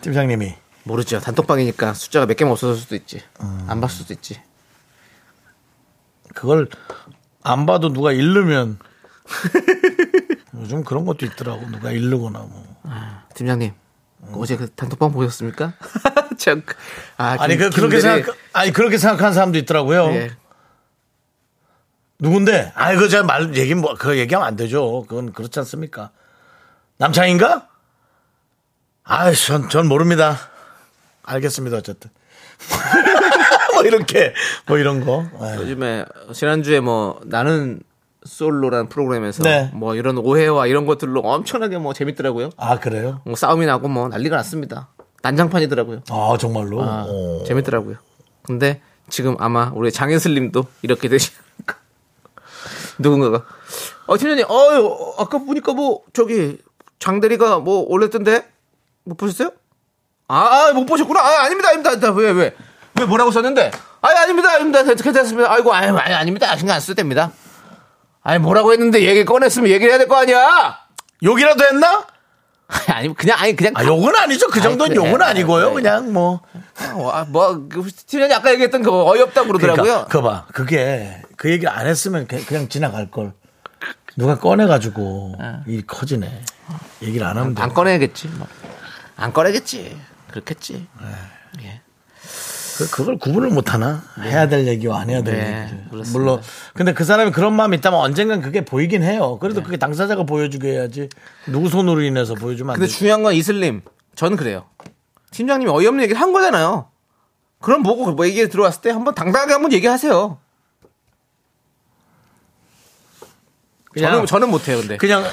S1: 팀장님이.
S2: 모르죠 단톡방이니까 숫자가 몇 개만 없어질 수도 있지
S1: 음.
S2: 안 봤을 수도 있지
S1: 그걸 안 봐도 누가 읽으면. 요즘 그런 것도 있더라고. 누가 읽거나 뭐.
S2: 팀장님
S1: 음.
S2: 어제 그 단톡방 보셨습니까? 참, 그- 아,
S1: 아니,
S2: 김-
S1: 그, 그렇게 어.
S2: 김대리-
S1: 생각, 아니, 그렇게 생각하는 사람도 있더라고요.
S2: 예.
S1: 누군데? 아, 이거 제가 말, 얘기, 뭐, 그거 얘기하면 안 되죠. 그건 그렇지 않습니까? 남창인가? 아이, 전, 전 모릅니다. 알겠습니다, 어쨌든. 뭐, 이렇게, 뭐, 이런 거. 예.
S2: 요즘에 지난주에 뭐 나는 솔로라는 프로그램에서
S1: 네.
S2: 뭐 이런 오해와 이런 것들로 엄청나게 뭐 재밌더라고요.
S1: 아, 그래요?
S2: 뭐 싸움이 나고 뭐 난리가 났습니다. 난장판이더라고요.
S1: 아, 정말로?
S2: 아,
S1: 어.
S2: 재밌더라고요. 근데 지금 아마 우리 장혜슬님도 이렇게 되시 누군가가 어 팀장님 어 아까 보니까 뭐 저기 장 대리가 뭐 올렸던데 못 보셨어요? 아못 보셨구나. 아 아닙니다 아닙니다 아닙니다. 왜 왜? 왜 뭐라고 썼는데? 아 아닙니다 아닙니다 괜찮습니다. 아이고 아유 아유 아닙니다 신경 안 써도 됩니다. 아니 뭐라고 했는데 얘기 꺼냈으면 얘기를 해야 될 거 아니야?
S1: 욕이라도 했나?
S2: 아니 그냥 아니 그냥
S1: 아, 욕은 아니죠. 그 정도는
S2: 그래.
S1: 욕은 아니고요.
S2: 그래.
S1: 그냥 뭐.
S2: 아, 뭐, 그 팀장님 아까 얘기했던 그거 어이없다고 그러더라고요.
S1: 그러니까, 그거 봐. 그게, 그 얘기 안 했으면 그- 그냥 지나갈 걸. 누가 꺼내가지고,
S2: 어.
S1: 일이 커지네. 얘기를 안 하면 돼.
S2: 안 꺼내겠지. 뭐. 안 꺼내겠지. 그렇겠지.
S1: 그, 그걸 구분을 못하나? 해야 될 얘기와 안 해야 될
S2: 네,
S1: 얘기.
S2: 그렇습니다.
S1: 물론. 근데 그 사람이 그런 마음이 있다면 언젠간 그게 보이긴 해요.
S2: 네.
S1: 그래도 그게 당사자가 보여주게 해야지. 누구 손으로 인해서 보여주면 안
S2: 근데
S1: 돼.
S2: 중요한 건 이슬님. 저는 그래요. 팀장님이 어이없는 얘기를 한 거잖아요. 그럼 뭐고 뭐 얘기 들어왔을 때 한번 당당하게 한번 얘기하세요.
S1: 그냥-
S2: 저는 저는 못해요, 근데.
S1: 그냥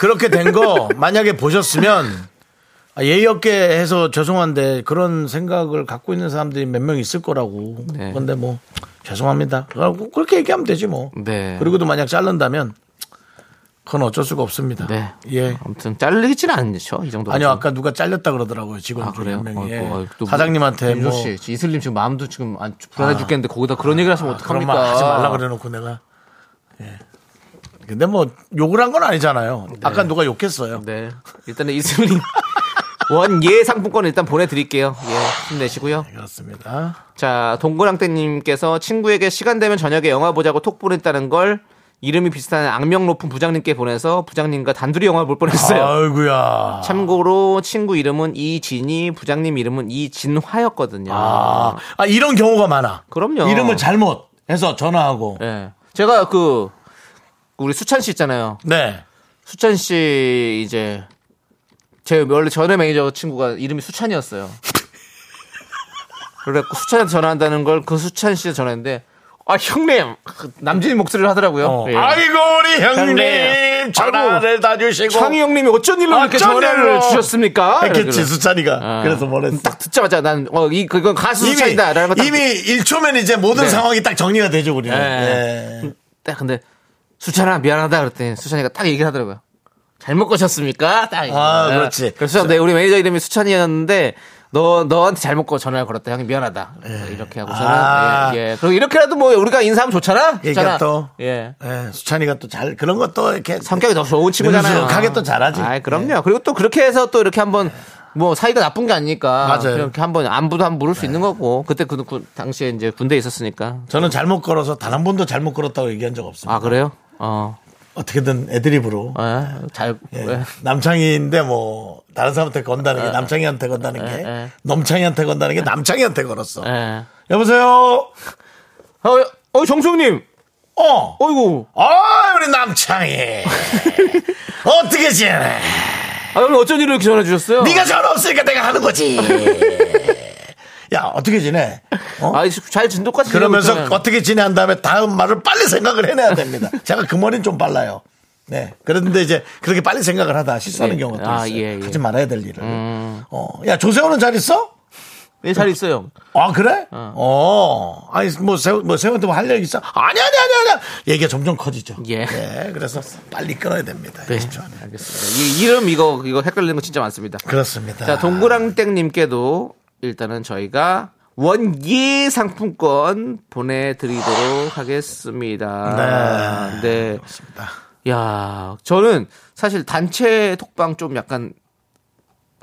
S1: 그렇게 된 거 만약에 보셨으면 아, 예의 없게 해서 죄송한데 그런 생각을 갖고 있는 사람들이 몇 명 있을 거라고.
S2: 네.
S1: 근데 뭐 죄송합니다. 그러고 그렇게 얘기하면 되지 뭐.
S2: 네.
S1: 그리고도 만약 자른다면 그건 어쩔 수가 없습니다.
S2: 네.
S1: 예.
S2: 아무튼 잘리지는 않죠, 이 정도.
S1: 아니요 아까 누가 잘렸다 그러더라고요 직원
S2: 아,
S1: 중에 한
S2: 그래요?
S1: 명이 예.
S2: 아이고, 아이고, 또
S1: 사장님한테
S2: 윤조
S1: 뭐
S2: 씨, 이슬님 지금 마음도 지금 안 불안해 죽겠는데 거기다 그런 얘기를 하시면
S1: 아, 그런
S2: 어떡합니까?
S1: 말 하지 말라 그래놓고 내가 예 근데 뭐 욕을 한 건 아니잖아요 아까 누가 욕했어요
S2: 네. 일단은 이슬님 원예 상품권 일단 보내드릴게요. 예, 힘내시고요.
S1: 그렇습니다
S2: 자, 동그랑땡님께서 친구에게 시간 되면 저녁에 영화 보자고 톡 보냈다는 걸 이름이 비슷한 악명 높은 부장님께 보내서 부장님과 단둘이 영화 볼 뻔했어요.
S1: 아이구야
S2: 참고로 친구 이름은 이진이, 부장님 이름은 이진화였거든요.
S1: 아, 아, 이런 경우가 많아
S2: 그럼요.
S1: 이름을 잘못 해서 전화하고
S2: 예. 제가 그 우리 수찬 씨 있잖아요.
S1: 네
S2: 수찬 씨 이제 제 원래 전에 매니저 친구가 이름이 수찬이었어요. 그래갖고 수찬한테 전화한다는 걸 그 수찬 씨한테 전화했는데 아 형님 남진이 목소리를 하더라고요.
S1: 어.
S2: 예.
S1: 아이고 우리
S2: 형님.
S1: 형님 전화를 다 주시고
S2: 창희 형님이 어쩐 일로 이렇게
S1: 아, 어쩐
S2: 전화를
S1: 일로. 아,
S2: 주셨습니까?
S1: 했겠지
S2: 그래서
S1: 수찬이가
S2: 아.
S1: 그래서 보냈어
S2: 딱 듣자마자 난어이 그건 가수
S1: 이미
S2: 수찬이다라는 거딱
S1: 이미 1초면 이제 모든
S2: 네.
S1: 상황이 딱 정리가 되죠 우리는
S2: 예.
S1: 예.
S2: 딱 근데 수찬아 미안하다 그랬더니 수찬이가 딱 얘기를 하더라고요. 잘못 거셨습니까? 딱.
S1: 아,
S2: 얘기를. 네.
S1: 그렇지.
S2: 그래서 내 우리 매니저 이름이 수찬이었는데 너 너한테 잘못 거 전화를 걸었다. 형님 미안하다. 이렇게 하고서는
S1: 예. 아.
S2: 예, 예. 그리고 이렇게라도 뭐 우리가 인사하면 좋잖아.
S1: 그러니까
S2: 수찬아.
S1: 또.
S2: 예.
S1: 예, 수찬이가 또 잘 그런 것도 이렇게
S2: 성격이 더 좋은 친구잖아요.
S1: 능숙하게 또 잘하지. 예.
S2: 아, 그럼요. 그리고 또 그렇게 해서 또 이렇게 한번 뭐 사이가 나쁜 게 아니니까
S1: 맞아요. 네.
S2: 그렇게 한번 안부도 한번 물을 수 있는 거고 그때 그, 그 당시에 이제 군대에 있었으니까
S1: 저는 잘못 걸어서 단 한 번도 잘못 걸었다고 얘기한 적 없어요.
S2: 아 그래요? 어,
S1: 어떻게든 애드립으로.
S2: 예. 잘
S1: 예.
S2: 예.
S1: 남창희인데 뭐 다른 사람한테 건다는 게 남창희한테 건다는 게
S2: 에.
S1: 넘창희한테 건다는 게 남창희한테 걸었어.
S2: 예.
S1: 여보세요.
S2: 어, 어 정수님,
S1: 어.
S2: 어이구,
S1: 아 우리 남창희. 어떻게 지내?
S2: 아 형님 어쩐 일로 이렇게 전화 주셨어요?
S1: 네가 전화 없으니까 내가 하는 거지. 야 어떻게 지내? 어?
S2: 아, 잘 진도까지
S1: 그러면서
S2: 지내고 있잖아요.
S1: 어떻게 지내한 다음에 다음 말을 빨리 생각을 해내야 됩니다. 제가 그 머리는 좀 빨라요. 네. 그런데 이제 그렇게 빨리 생각을 하다 실수하는
S2: 예.
S1: 경우가 또
S2: 아,
S1: 있어요.
S2: 예, 음. 예.
S1: 하지 말아야 될 일을. 어, 야, 조세호는 잘 있어?
S2: 예, 잘 있어요.
S1: 아, 그래? 어. 아니, 뭐, 세호, 뭐, 세호한테 뭐 할 얘기 있어? 아니, 아니, 아니, 아니. 얘기가 점점 커지죠.
S2: 예.
S1: 네, 그래서 빨리 끊어야 됩니다.
S2: 네,
S1: 십시오 안에.
S2: 알겠습니다. 이 이름 이거 이거 헷갈리는 거 진짜 많습니다.
S1: 그렇습니다.
S2: 자, 동그랑땡님께도 일단은 저희가 원예 상품권 보내드리도록 하겠습니다. 네. 야, 저는 사실 단체 톡방 좀 약간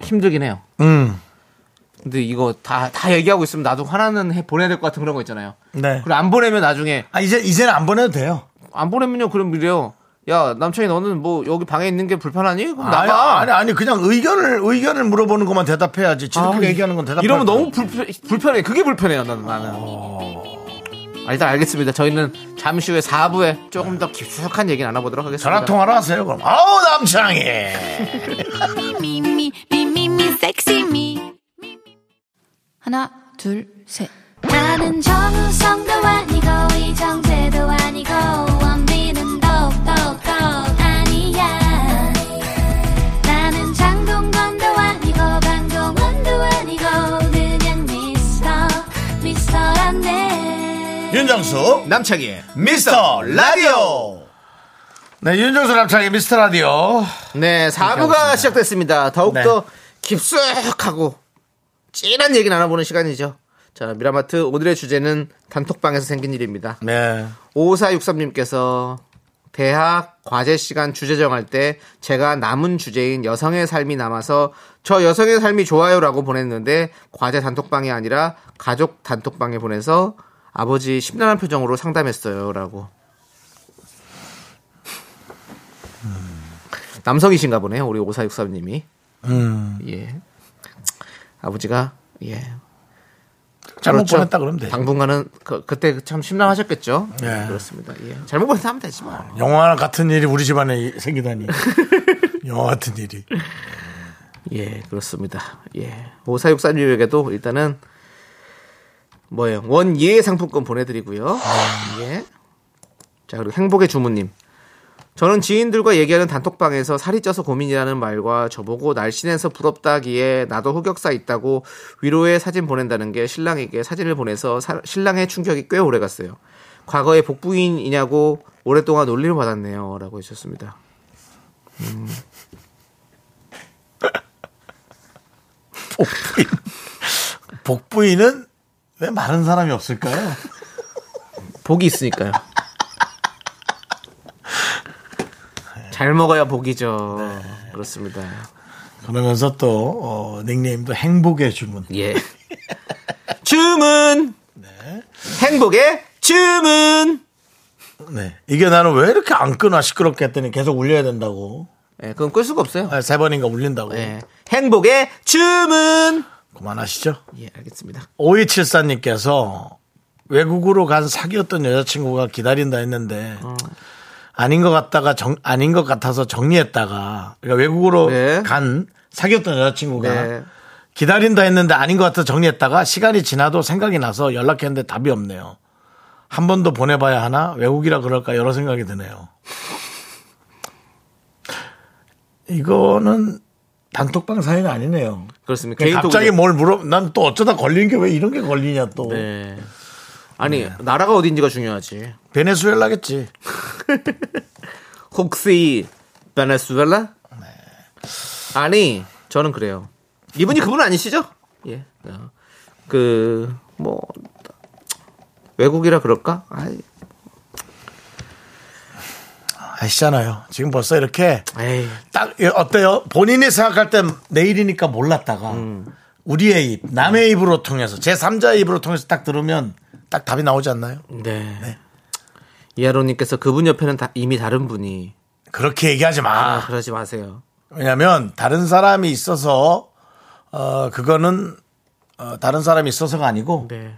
S2: 힘들긴 해요.
S1: 음.
S2: 근데 이거 다, 다 얘기하고 있으면 나도 하나는 해, 보내야 될 것 같은 그런 거 있잖아요.
S1: 네.
S2: 그리고 안 보내면 나중에,
S1: 아, 이제, 이제는 안 보내도 돼요.
S2: 안 보내면요, 그럼 이래요. 야, 남창이 너는 뭐 여기 방에 있는 게 불편하니? 그럼 나가.
S1: 아니, 아니, 아니, 그냥 의견을, 의견을 물어보는 것만 대답해야지. 지들끼리
S2: 아,
S1: 얘기하는 건 대답.
S2: 이러면 너무 불편, 불편해. 그게 불편해요, 나는. 나는. 아, 일단 알겠습니다. 저희는 잠시 후에 4부에 조금 더 깊숙한 얘기 나눠보도록 하겠습니다.
S1: 전화통화를 하세요, 그럼. 아우, 남창이!
S2: 예.
S4: 미미 미미미 섹시미
S6: 하나, 둘, 셋.
S4: 나는 정우성도 아니고 이정재도 아니고 원빈은 더욱더 아니야 나는 장동건도 아니고 강동원도 아니고 그냥 미스터 미스터란데
S1: 예, 윤정수,
S2: 남창이.
S1: 미스터 라디오! 네, 윤정수 남창의 미스터 라디오.
S2: 네, 4부가 시작됐습니다. 네. 더욱더 깊숙하고 진한 얘기 나눠보는 시간이죠. 자, 미라마트 오늘의 주제는 단톡방에서 생긴 일입니다.
S1: 네.
S2: 5463님께서 대학 과제 시간 주제 정할 때 제가 남은 주제인 여성의 삶이 남아서 저 여성의 삶이 좋아요라고 보냈는데 과제 단톡방이 아니라 가족 단톡방에 보내서 아버지 심란한 표정으로 상담했어요라고. 남성이신가 보네요. 우리 5463님이. 예. 아버지가 예.
S1: 잘못
S2: 그렇죠.
S1: 보냈다 그러면 돼.
S2: 당분간은 그, 그때 참 심란하셨겠죠.
S1: 예.
S2: 그렇습니다. 예. 잘못 보내서 하면 되지 뭐.
S1: 영화 같은 일이 우리 집안에 이- 생기다니. 영화 같은 일이.
S2: 예, 그렇습니다. 예. 5463님에게도 일단은 뭐예요? 원예 상품권 보내드리고요. 예. 자, 그리고 행복의 주무님. 저는 지인들과 얘기하는 단톡방에서 살이 쪄서 고민이라는 말과 저보고 날씬해서 부럽다기에 나도 흑역사 있다고 위로의 사진 보낸다는 게 신랑에게 사진을 보내서 사- 신랑의 충격이 꽤 오래 갔어요. 과거에 복부인이냐고 오랫동안 놀림을 받았네요. 라고 해주셨습니다.
S1: 복부인. 복부인은 왜 많은 사람이 없을까요?
S2: 복이 있으니까요. 잘 먹어야 복이죠. 그렇습니다.
S1: 그러면서 또 어, 닉네임도 행복의 주문.
S2: 예. 주문. 행복의 주문.
S1: 네. 이게 나는 왜 이렇게 안 끊어 시끄럽게 했더니 계속 울려야 된다고.
S2: 예, 그건 끌 수가 없어요.
S1: 아, 세 번인가 울린다고.
S2: 예. 행복의 주문.
S1: 그만하시죠.
S2: 예, 알겠습니다.
S1: 5274님께서 외국으로 간 사귀었던 여자친구가 기다린다 했는데
S2: 어.
S1: 아닌 것 같다가 정- 아닌 것 같아서 정리했다가 그러니까 외국으로
S2: 네.
S1: 간 사귀었던 여자친구가
S2: 네.
S1: 기다린다 했는데 아닌 것 같아서 정리했다가 시간이 지나도 생각이 나서 연락했는데 답이 없네요. 한 번 더 보내봐야 하나 외국이라 그럴까 여러 생각이 드네요. 이거는 단톡방 사이는 아니네요.
S2: 그렇습니다.
S1: 그냥
S2: 개인톡으로.
S1: 갑자기 뭘 물어? 난 또 어쩌다 걸린 게 왜 이런 게 걸리냐 또.
S2: 네. 아니, 나라가 어딘지가 중요하지.
S1: 베네수엘라겠지.
S2: 혹시 베네수엘라? 아니 저는 그래요. 이분이 그분 아니시죠? 예. 어. 그 뭐. 외국이라 그럴까? 아이,
S1: 아시잖아요. 지금 벌써 이렇게
S2: 에이,
S1: 딱 예, 어때요? 본인이 생각할 땐 내일이니까 몰랐다가
S2: 음.
S1: 우리의 입, 남의 입으로 통해서 제 3자의 입으로 통해서 딱 들으면 딱 답이 나오지 않나요?
S2: 네. 이하로님께서 그분 옆에는 다, 이미 다른 분이.
S1: 그렇게 얘기하지
S2: 아,
S1: 마.
S2: 그러지 마세요.
S1: 왜냐하면 다른 사람이 있어서 어 그거는 어, 다른 사람이 있어서가 아니고
S2: 네.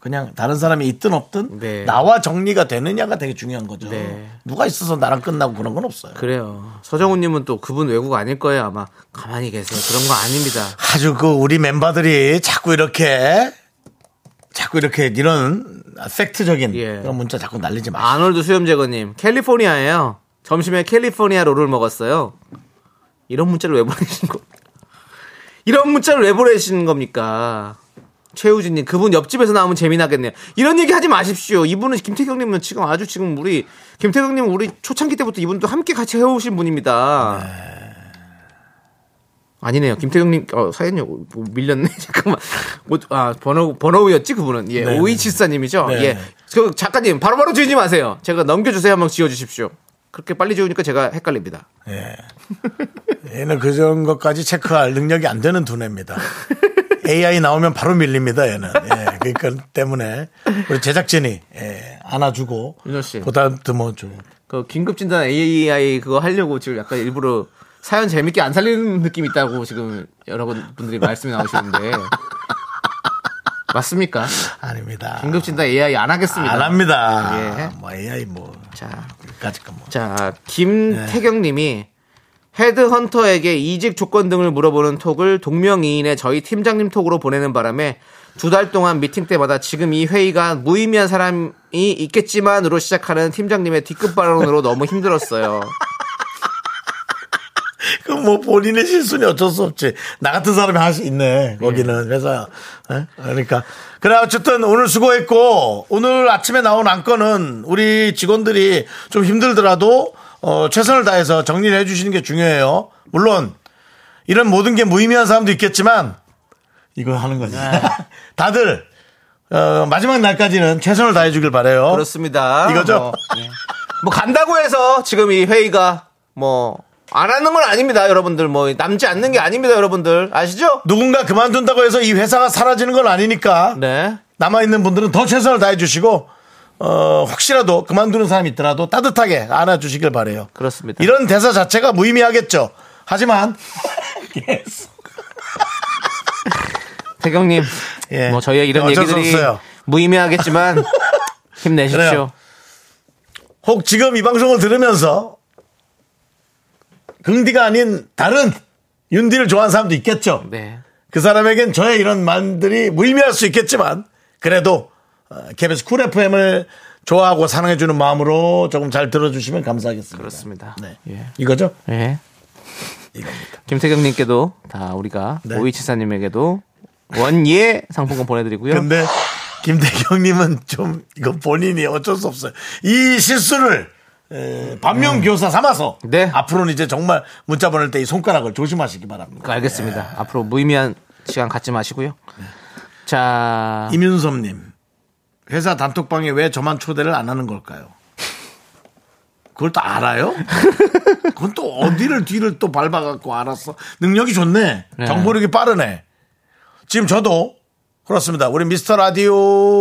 S1: 그냥 다른 사람이 있든 없든
S2: 네.
S1: 나와 정리가 되느냐가 되게 중요한 거죠.
S2: 네.
S1: 누가 있어서 나랑 끝나고 그런 건 없어요.
S2: 그래요. 서정훈님은 또 그분 외국 아닐 거예요, 아마. 가만히 계세요. 그런 거 아닙니다.
S1: 아주 그 우리 멤버들이 자꾸 이렇게 자꾸 이렇게 이런 팩트적인
S2: 예.
S1: 그런 문자 자꾸 날리지 마시고
S2: 아놀드 수염제거님, 캘리포니아예요. 점심에 캘리포니아 롤을 먹었어요. 이런 문자를 왜 보내신 거? 이런 문자를 왜 보내시는 겁니까? 최우진님, 그분 옆집에서 나오면 재미나겠네요. 이런 얘기 하지 마십시오. 이분은 김태경님은 지금 아주 지금 우리 김태경님 은
S1: 네.
S2: 우리 초창기 때부터 이분도 함께 같이 해오신 분입니다. 아니네요. 김태경님 어, 사연요 뭐, 밀렸네. 잠깐만. 뭐, 아 번호 번호였지 그분은 예
S1: 네.
S2: 오이칠사님이죠.
S1: 네.
S2: 예. 그 작가님 바로바로 지우지 마세요. 제가 넘겨주세요. 한번 지워주십시오. 그렇게 빨리 지우니까 제가 헷갈립니다.
S1: 예. 얘는 그런 것까지 체크할 능력이 안 되는 두뇌입니다. AI 나오면 바로 밀립니다, 얘는. 예, 그러니까 때문에 우리 제작진이 예, 안아주고
S2: 윤호 씨.
S1: 보다듬어주고.
S2: 그 긴급 진단 AI 그거 하려고 지금 약간 일부러 사연 재밌게 안 살리는 느낌 이 있다고 지금 여러 분들이 말씀이 나오시는데 맞습니까?
S1: 아닙니다.
S2: 긴급 진단 AI 안 하겠습니다.
S1: 안 합니다.
S2: 예.
S1: 뭐 AI 뭐
S2: 자,
S1: 까짓 거 뭐.
S2: 자, 김태경님이 헤드헌터에게 이직 조건 등을 물어보는 톡을 동명이인의 저희 팀장님 톡으로 보내는 바람에 두 달 동안 미팅 때마다 지금 이 회의가 무의미한 사람이 있겠지만으로 시작하는 팀장님의 뒤끝 발언으로 너무 힘들었어요.
S1: 그 뭐 본인의 실수니 어쩔 수 없지. 나 같은 사람이 할수 있네. 거기는 회사. 예? 그러니까. 그래 어쨌든 오늘 수고했고 오늘 아침에 나온 안건은 우리 직원들이 좀 힘들더라도 어, 최선을 다해서 정리를 해주시는 게 중요해요. 물론 이런 모든 게 무의미한 사람도 있겠지만 이거 하는 거지.
S2: 네.
S1: 다들 어, 마지막 날까지는 최선을 다해주길 바래요.
S2: 그렇습니다.
S1: 어? 이거죠?
S2: 뭐, 예. 뭐 간다고 해서 지금 이 회의가 뭐 안 하는 건 아닙니다, 여러분들. 뭐 남지 않는 게 아닙니다, 여러분들. 아시죠?
S1: 누군가 그만둔다고 해서 이 회사가 사라지는 건 아니니까
S2: 네.
S1: 남아있는 분들은 더 최선을 다해주시고 어, 혹시라도 그만두는 사람이 있더라도 따뜻하게 안아주시길 바래요.
S2: 그렇습니다.
S1: 이런 대사 자체가 무의미하겠죠. 하지만
S2: 태경님,
S1: 예.
S2: 뭐 저희의 이런
S1: 어쩔 수
S2: 얘기들이
S1: 없어요.
S2: 무의미하겠지만 힘내십시오.
S1: 그래요. 혹 지금 이 방송을 들으면서 긍디가 아닌 다른 윤디를 좋아하는 사람도 있겠죠.
S2: 네.
S1: 그 사람에겐 저의 이런 말들이 무의미할 수 있겠지만 그래도 어, KBS 쿨 FM을 좋아하고 사랑해주는 마음으로 조금 잘 들어주시면 감사하겠습니다.
S2: 그렇습니다.
S1: 네.
S2: 예.
S1: 이거죠?
S2: 예.
S1: 이겁니다.
S2: 김태경님께도 다 우리가
S1: 네.
S2: 오이치사님에게도 원예 상품권 보내드리고요.
S1: 근데 김대경님은 좀 이거 본인이 어쩔 수 없어요. 이 실수를 에, 반면교사 삼아서
S2: 음. 네.
S1: 앞으로는 이제 정말 문자 보낼 때 이 손가락을 조심하시기 바랍니다.
S2: 알겠습니다.
S1: 예.
S2: 앞으로 무의미한 시간 갖지 마시고요. 자,
S1: 이윤섭님 회사 단톡방에 왜 저만 초대를 안 하는 걸까요? 그걸 또 알아요? 그건 또 어디를 뒤를 또 밟아갖고 알았어. 능력이 좋네.
S2: 네.
S1: 정보력이 빠르네. 지금 저도 그렇습니다. 우리 미스터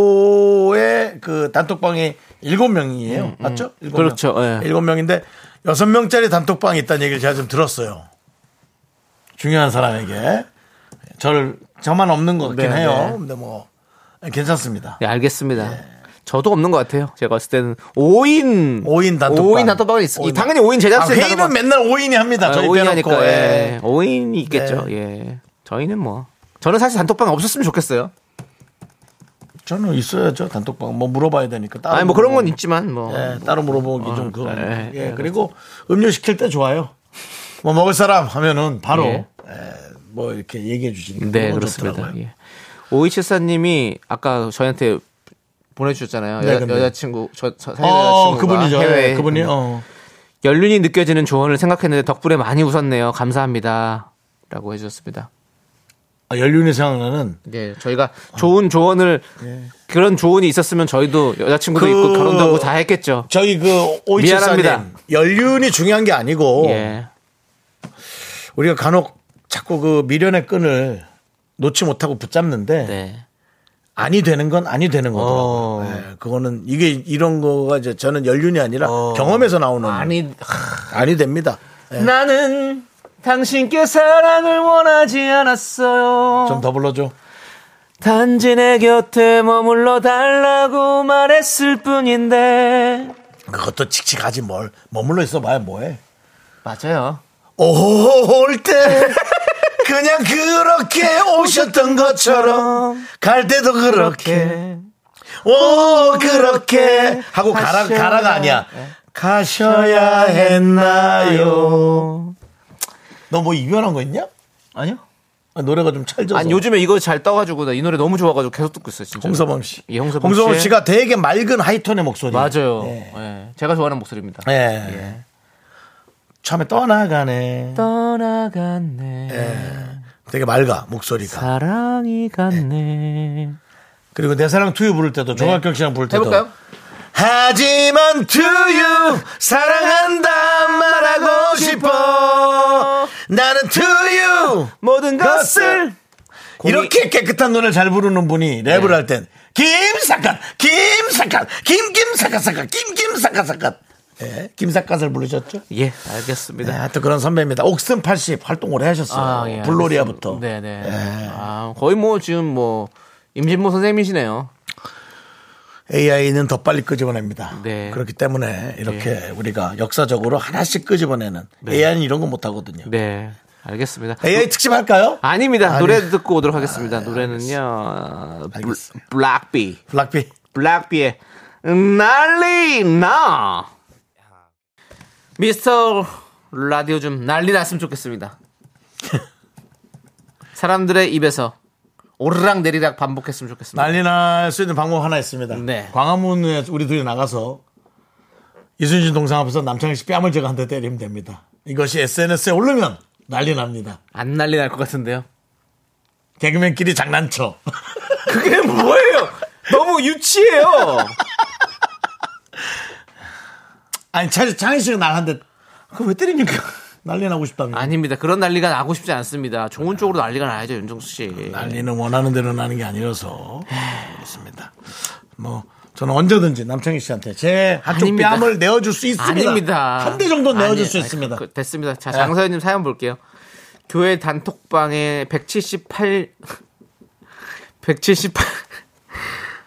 S1: 라디오의 그 단톡방이 일곱 명이에요 맞죠? 일곱 명.
S2: 음, 그렇죠. 예.
S1: 일곱 명인데 여섯 명짜리 단톡방이 있다는 얘기를 제가 좀 들었어요. 중요한 사람에게. 저를, 저만 없는 것 같긴
S2: 네,
S1: 해요.
S2: 네.
S1: 근데 뭐, 괜찮습니다.
S2: 네, 알겠습니다. 저도 없는 것 같아요. 제가 봤을 때는 5인
S1: 오인 단톡방.
S2: 단톡방이 있어.
S1: 오인
S2: 당연히 5인
S1: 아,
S2: 제작진
S1: 회의는 맨날 5인이 합니다. 저희
S2: 5인
S1: 빼놓고.
S2: 하니까
S1: 예. 네.
S2: 예. 5인이 있겠죠. 예. 저희는 뭐 저는 사실 단톡방 없었으면 좋겠어요.
S1: 저는 있어야죠. 단톡방. 뭐 물어봐야 되니까. 따로
S2: 아니 뭐 그런 건
S1: 물어보고.
S2: 있지만 뭐
S1: 예, 따로 물어보기 좀 그거.
S2: 예,
S1: 예,
S2: 예,
S1: 그리고 음료 시킬 때 좋아요. 뭐 먹을 사람 하면은 바로
S2: 예.
S1: 예, 뭐 이렇게 얘기해 주시니까.
S2: 네,
S1: 그건
S2: 그렇습니다.
S1: 좋더라고요.
S2: 예. 오이칠사님이 아까 저희한테 보내주셨잖아요.
S1: 네,
S2: 여,
S1: 근데.
S2: 여자친구, 저, 저 사귀는
S1: 어,
S2: 여자친구가
S1: 그분이죠.
S2: 해외에
S1: 예, 그분이.
S2: 있는
S1: 어.
S2: 연륜이 느껴지는 조언을 생각했는데 덕분에 많이 웃었네요. 감사합니다. 라고 해주셨습니다.
S1: 아, 연륜이 생각나는
S2: 네, 저희가
S1: 어.
S2: 좋은 조언을 그런 조언이 있었으면 저희도 여자친구도
S1: 예. 그-
S2: 있고 결혼도 하고 다 했겠죠.
S1: 저희 그 오이칠사님
S2: 미안합니다.
S1: 연륜이 중요한 게 아니고
S2: 예.
S1: 우리가 간혹 자꾸 그 미련의 끈을 놓지 못하고 붙잡는데
S2: 네.
S1: 아니 되는 건 아니 되는
S2: 어.
S1: 거더라고요. 예, 그거는 이게 이런 거가 이제 저는 연륜이 아니라
S2: 어.
S1: 경험에서 나오는
S2: 아니
S1: 아니 됩니다. 예,
S2: 네. 나는 당신께 사랑을 원하지 않았어요.
S1: 좀 더 불러줘.
S2: 단지 내 곁에 머물러 달라고 말했을 뿐인데.
S1: 그것도 칙칙하지 뭘 머물러 있어봐야 뭐해.
S2: 맞아요.
S1: 올 때 그냥 그렇게 오셨던 것처럼 갈 때도 그렇게 오 그렇게 하고 가라
S2: 가셔야-
S1: 가라가 아니야. 가셔야 했나요? 너 뭐 이별한 거 있냐?
S2: 아니요.
S1: 아, 노래가 좀 찰져서.
S2: 아니 요즘에 이거 잘 떠가지고 나 이 노래 너무 좋아가지고 계속 듣고 있어요. 진짜.
S1: 홍서범 씨.
S2: 예, 홍서범, 씨의-
S1: 가 되게 맑은 하이톤의 목소리.
S2: 맞아요.
S1: 예.
S2: 예, 제가 좋아하는 목소리입니다.
S1: 예. 처음에 떠나가네.
S2: 떠나갔네.
S1: 되게 맑아 목소리가. 네.
S2: 사랑이 갔네.
S1: 그리고 내 사랑 투유 부를 때도 조각경 씨랑 부를 때도
S2: 네. 해볼까요?
S1: 하지만 투유 사랑한다 말하고 싶어 나는 투유
S2: 모든 것을
S1: 이렇게 깨끗한 노래를 잘 부르는 분이 랩을
S2: 네.
S1: 할 땐 김사갓 김사갓 김김사갓사갓 김김사갓사갓 예, 김사갓을 부르셨죠?
S2: 예, 알겠습니다.
S1: 네, 하여튼 그런 선배입니다. 옥슨 80 활동 오래 하셨어요.
S2: 아, 예,
S1: 블로리아부터.
S2: 알겠습니다. 네네.
S1: 예.
S2: 아, 거의 뭐 지금 뭐 임진모 선생님이시네요.
S1: AI는 더 빨리 끄집어냅니다.
S2: 네. 예.
S1: 그렇기 때문에 이렇게 우리가 역사적으로 하나씩 끄집어내는 AI는 이런 거 못 하거든요.
S2: 네, 알겠습니다.
S1: AI 특집 할까요?
S2: 아닙니다.
S1: 아니. 아,
S2: 노래 듣고 오도록 하겠습니다. 노래는요. 어, 블-
S1: 알겠습니다.
S2: 블락비.
S1: 블락비.
S2: 블락비의 난리 나. 미스터 라디오 좀 난리 났으면 좋겠습니다. 사람들의 입에서 오르락 내리락 반복했으면 좋겠습니다.
S1: 난리 날 수 있는 방법 하나 있습니다.
S2: 네.
S1: 광화문에 우리 둘이 나가서 이순신 동상 앞에서 남창희 씨 뺨을 제가 한 대 때리면 됩니다. 이것이 SNS에 오르면 난리 납니다.
S2: 안 난리 날 것 같은데요.
S1: 개그맨끼리 장난쳐.
S2: 그게 뭐예요? 너무 유치해요.
S1: 아니, 차- 창희 씨가 날 한 대. 그럼 왜 때립니까? 난리 나고 싶답니다.
S2: 아닙니다. 그런 난리가 나고 싶지 않습니다. 좋은 쪽으로 난리가 나야죠, 윤정수 씨.
S1: 난리는 원하는 대로 나는 게 아니라서. 그렇습니다. 뭐, 저는 언제든지 남창희 씨한테 제 한쪽
S2: 아닙니다.
S1: 뺨을 내어줄 수 있습니다.
S2: 아닙니다.
S1: 한 대 정도 는
S2: 아니,
S1: 내어줄 수
S2: 아니,
S1: 있습니다.
S2: 그, 됐습니다. 자, 장서연님 사연 볼게요. 교회 단톡방에 178, 178.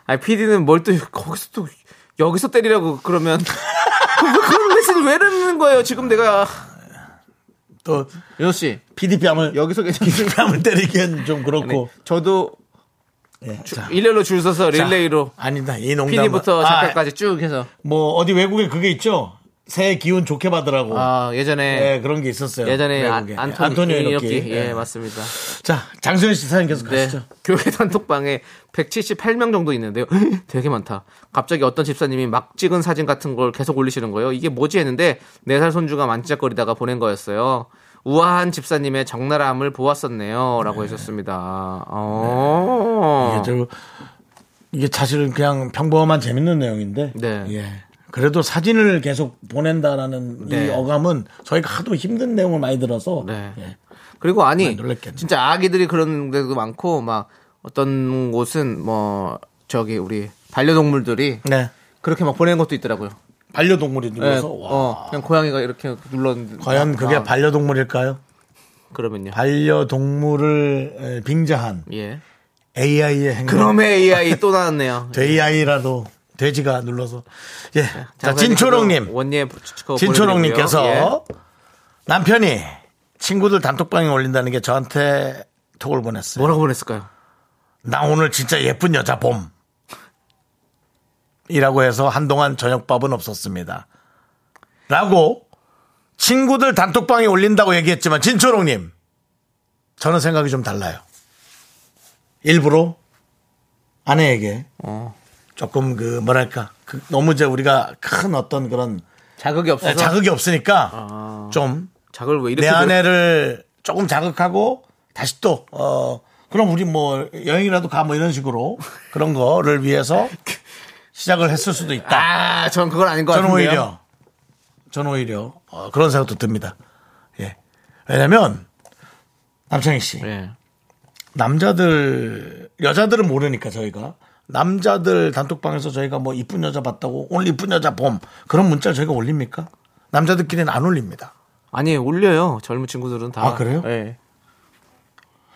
S2: 아, PD는 뭘 또 거기서 또 여기서 때리라고 그러면 그- 그- 그런 메시지 왜 넣는 거예요? 지금 내가
S1: 또,
S2: 윤호 씨
S1: PD 뺨을,
S2: 여기서 계속
S1: PD 뺨을 때리기엔 좀
S2: 아니,
S1: 그렇고.
S2: 저도
S1: 예, 자.
S2: 일렬로 줄 서서 릴레이로
S1: 자, 아니다. 이 농담.
S2: PD부터 작가까지 쭉 해서
S1: 뭐 어디 외국에 그게 있죠. 새해 기운 좋게 받으라고.
S2: 아
S1: 예,
S2: 예전에
S1: 그런 게 있었어요.
S2: 예전에 아,
S1: 외국에.
S2: 안토니,
S1: 안토니오 네.
S2: 이노키.
S1: 이노키.
S2: 예, 맞습니다.
S1: 자, 장소연 씨 사연 계속
S2: 네.
S1: 가시죠.
S2: 교회 단톡방에 178명 정도 있는데요. 되게 많다. 갑자기 어떤 집사님이 막 찍은 사진 같은 걸 계속 올리시는 거예요. 이게 뭐지 했는데 4살 손주가 만지작거리다가 보낸 거였어요. 우아한 집사님의 적나라함을 보았었네요. 라고 해주셨습니다. 어.
S1: 네. 이게, 저, 이게 사실은 그냥 평범한 재밌는 내용인데.
S2: 네.
S1: 예. 그래도 사진을 계속 보낸다라는 이
S2: 네.
S1: 어감은 저희가 하도 힘든 내용을 많이 들어서
S2: 네.
S1: 예.
S2: 그리고 아니
S1: 많이 놀랬겠네.
S2: 진짜 아기들이 그런 데도 많고 막 어떤 곳은 뭐 저기 우리 반려동물들이
S1: 네.
S2: 그렇게 막 보내는 것도 있더라고요.
S1: 반려동물이
S2: 네,
S1: 눌러서 와.
S2: 어, 그냥 고양이가 이렇게 눌렀는데
S1: 과연 그게
S2: 아,
S1: 반려동물일까요?
S2: 그러면요.
S1: 반려동물을 에, 빙자한
S2: 예.
S1: AI의 행동.
S2: 그놈의 AI 또 나왔네요.
S1: 돼지아이라도 돼지가 눌러서 예. 자,
S2: 장사님
S1: 진초롱님,
S2: 원예
S1: 진초롱님께서
S2: 예.
S1: 남편이 친구들 단톡방에 올린다는 게 저한테 톡을 보냈어요.
S2: 예. 뭐라고 보냈을까요?
S1: 나 오늘 진짜 예쁜 여자 봄. 이라고 해서 한동안 저녁밥은 없었습니다. 라고 친구들 단톡방에 올린다고 얘기했지만 진초롱님 저는 생각이 좀 달라요. 일부러 아내에게
S2: 어.
S1: 조금 그 뭐랄까 그 너무 이제 우리가 큰 어떤 그런
S2: 자극이 없어서
S1: 네, 자극이 없으니까 좀
S2: 을왜 이렇게
S1: 내 아내를 조금 자극하고 다시 또, 어, 그럼 우리 뭐 여행이라도 가 뭐 이런 식으로 그런 거를 위해서 시작을 했을 수도
S2: 그래-
S1: 있다.
S2: 아, 전 그건 아닌 것
S1: 저는
S2: 같은데요.
S1: 오히려, 저는 오히려 어, 그런 생각도 듭니다. 예. 왜냐면 남창희 씨,
S2: 예.
S1: 남자들, 여자들은 모르니까 저희가. 남자들 단톡방에서 저희가 뭐 이쁜 여자 봤다고 오늘 이쁜 여자 봄 그런 문자를 저희가 올립니까? 남자들끼리는 안 올립니다.
S2: 아니, 올려요. 젊은 친구들은 다.
S1: 아, 그래요?
S2: 예.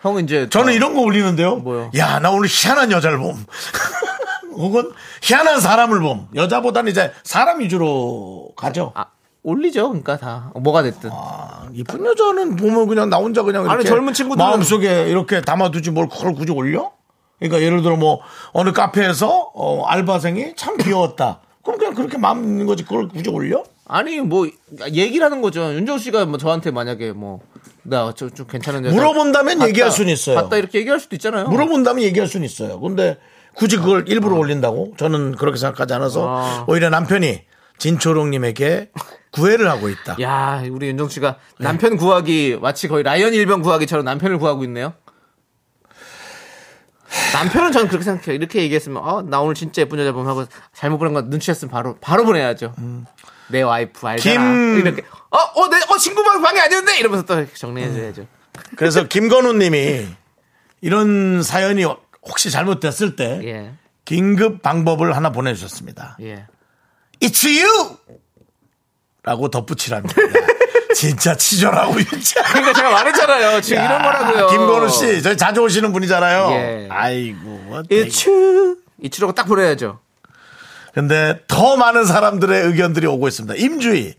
S2: 형은 이제
S1: 저는
S2: 다-
S1: 이런 거 올리는데요.
S2: 어. 뭐요?
S1: 야, 나 오늘 희한한 여자를 봄. 혹은 희한한 사람을 봄. 여자보다는 이제 사람 위주로 가죠.
S2: 아, 올리죠. 그러니까 다 뭐가 됐든.
S1: 아, 이쁜 여자는 보면 그냥 나 혼자 그냥
S2: 아니,
S1: 이렇게
S2: 젊은 친구들은-
S1: 마음속에 이렇게 담아두지 뭘 그걸 굳이 올려? 그러니까 예를 들어 뭐 어느 카페에서 어, 알바생이 참 귀여웠다. 그럼 그냥 그렇게 마음 있는 거지 그걸 굳이 올려?
S2: 아니, 뭐 얘기라는 거죠. 윤정 씨가 뭐 저한테 만약에 뭐 나좀 좀 괜찮은 여자
S1: 물어본다면
S2: 봤다-
S1: 얘기할 수는 있어요.
S2: 봤다 이렇게 얘기할 수도 있잖아요.
S1: 물어본다면 얘기할 수는 있어요. 근데 굳이 그걸 일부러 올린다고 저는 그렇게 생각하지 않아서
S2: 아.
S1: 오히려 남편이 진초롱님에게 구애를 하고 있다.
S2: 야, 우리 윤정 씨가 남편 구하기 마치 거의 라이언 일병 구하기처럼 남편을 구하고 있네요. 남편은 저는 그렇게 생각해요. 이렇게 얘기했으면 어, 나 오늘 진짜 예쁜 여자 보면 하고 잘못 보낸 거 눈치챘으면 바로 바로 보내야죠. 내 와이프 알잖아.
S1: 김-
S2: 이렇게 어, 어, 내, 어 친구 방 방이 아니었네 이러면서 또 정리해줘야죠.
S1: 음. 그래서 김건우님이 이런 사연이 혹시 잘못됐을 때
S2: 예,
S1: 긴급 방법을 하나 보내주셨습니다.
S2: 예.
S1: It's you! 라고 덧붙이랍니다. 야, 진짜 치졸하고 진짜.
S2: 그러니까 제가 말했잖아요. 지금 이런 거라고요.
S1: 김건우 씨, 저희 자주 오시는 분이잖아요.
S2: 예.
S1: 아이고. 뭐 어떡해.
S2: 이추 이추라고 딱 보내야죠.
S1: 근데 더 많은 사람들의 의견들이 오고 있습니다. 임주희.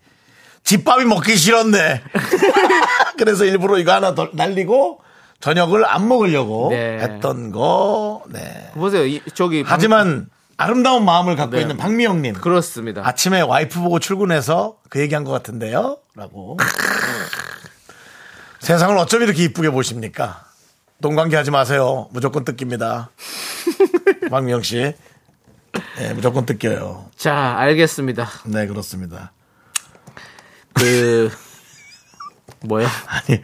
S1: 집밥이 먹기 싫었네. 그래서 일부러 이거 하나 더 날리고 저녁을 안 먹으려고
S2: 네.
S1: 했던 거. 네.
S2: 보세요, 이, 저기 방-
S1: 하지만 아름다운 마음을 갖고
S2: 네.
S1: 있는 박미영님.
S2: 그렇습니다.
S1: 아침에 와이프 보고 출근해서 그 얘기한 것 같은데요. 라고. 세상을 어쩜 이렇게 이쁘게 보십니까? 동관계 하지 마세요. 무조건 뜯깁니다. 박미영 씨. 네, 무조건 뜯겨요.
S2: 자, 알겠습니다.
S1: 네 그렇습니다.
S2: 그 뭐야?
S1: 아니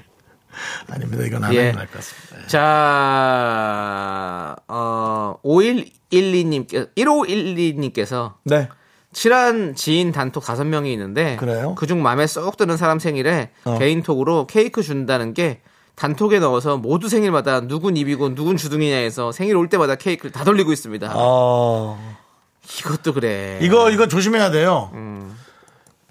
S1: 아닙니다. 이건 안
S2: 예.
S1: 해도 될 것 같습니다.
S2: 자, 어, 5112님께서, 1512님께서,
S1: 네.
S2: 친한 지인 단톡 다섯 명이 있는데,
S1: 그래요?
S2: 그중 마음에 쏙 드는 사람 생일에
S1: 어.
S2: 개인톡으로 케이크 준다는 게, 단톡에 넣어서 모두 생일마다 누군 입이고 누군 주둥이냐 해서 생일 올 때마다 케이크를 다 돌리고 있습니다.
S1: 어
S2: 이것도 그래.
S1: 이거 이거 조심해야 돼요.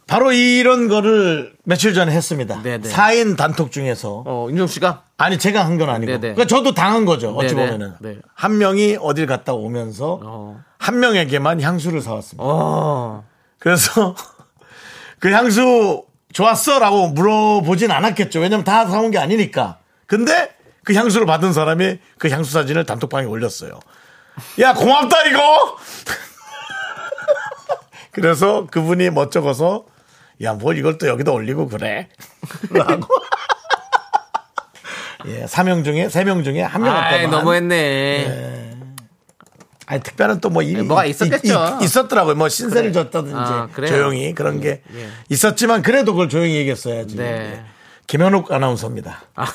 S1: 바로 이런 거를 며칠 전에 했습니다.
S2: 네네.
S1: 4인 단톡 중에서
S2: 어, 윤정 씨가?
S1: 아니 제가 한 건 아니고
S2: 네네.
S1: 그러니까 저도 당한 거죠. 어찌
S2: 네네.
S1: 보면은
S2: 네.
S1: 한 명이 어딜 갔다 오면서
S2: 어.
S1: 한 명에게만 향수를 사왔습니다.
S2: 어.
S1: 그래서 그 향수 좋았어라고 물어보진 않았겠죠. 왜냐면 다 사온 게 아니니까. 근데 그 향수를 받은 사람이 그 향수 사진을 단톡방에 올렸어요. 야 고맙다 이거. 그래서 그분이 멋쩍어서 야 뭘 이걸 또 여기다 올리고 그래. 라고. 예, 3명 중에 3명 중에 한 명
S2: 아이,
S1: 없다만.
S2: 너무했네.
S1: 아니 특별한 또 뭐 일이
S2: 뭐가 있었겠죠.
S1: 있- 있- 있었더라고요. 뭐 신세를 졌다든지
S2: 아, 그래요?
S1: 조용히 그런 게
S2: 예.
S1: 있었지만 그래도 그걸 조용히 얘기했어야지.
S2: 네.
S1: 예. 김현욱 아나운서입니다.
S2: 아,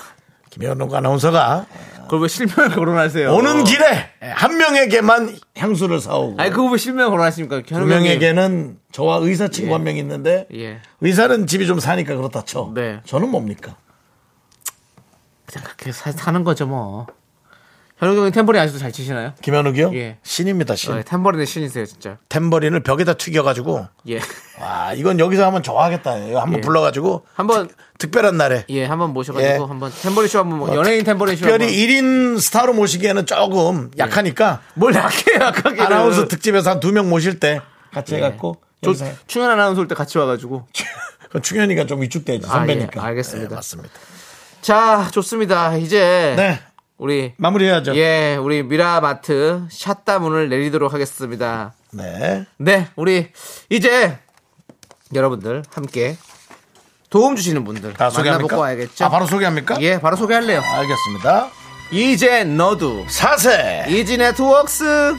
S1: 김현욱 아나운서가
S2: 그걸 왜 실명을 거론하세요?
S1: 오는 길에 한 명에게만 향수를 사오고
S2: 네. 아니, 그거 왜 실명을 거론하십니까?
S1: 두 명에게는 저와 의사 친구 한 명 있는데
S2: 예.
S1: 의사는 집이 좀 사니까 그렇다 쳐.
S2: 네.
S1: 저는 뭡니까?
S2: 그냥 그렇게 사, 사는 거죠 뭐. 현우 형이 탬버린 아직도 잘 치시나요?
S1: 김현욱이요?
S2: 예.
S1: 신입니다 신.
S2: 어, 탬버린의 신이세요 진짜.
S1: 탬버린을 벽에다 튀겨가지고
S2: 예.
S1: 와 이건 여기서 하면 좋아하겠다. 이거 한번
S2: 예.
S1: 불러가지고
S2: 한번
S1: 특별한 날에
S2: 예, 한번 모셔가지고
S1: 예. 어,
S2: 한번 탬버린 쇼 한번 뭐 연예인 탬버린 쇼
S1: 특별히
S2: 한번.
S1: 1인 스타로 모시기에는 조금 약하니까
S2: 뭘 약해 약하게.
S1: 아나운서 특집에서 한 두 명 모실 때 같이 해갖고
S2: 저
S1: 여기서 해.
S2: 예. 충현 아나운서 올 때 같이 와가지고.
S1: 그건 충현이가 좀 위축되지
S2: 아,
S1: 선배니까
S2: 예, 알겠습니다.
S1: 예, 맞습니다
S2: 자, 좋습니다. 이제
S1: 네
S2: 우리
S1: 마무리해야죠
S2: 예, 우리 미라마트 샷다 문을 내리도록 하겠습니다.
S1: 네
S2: 네, 우리 이제 여러분들 함께 도움 주시는 분들
S1: 다 소개합니까?
S2: 만나보고 와야겠죠.
S1: 아, 바로 소개합니까?
S2: 예, 바로 소개할래요.
S1: 알겠습니다
S2: 이제 너도
S1: 사세
S2: 이지 네트웍스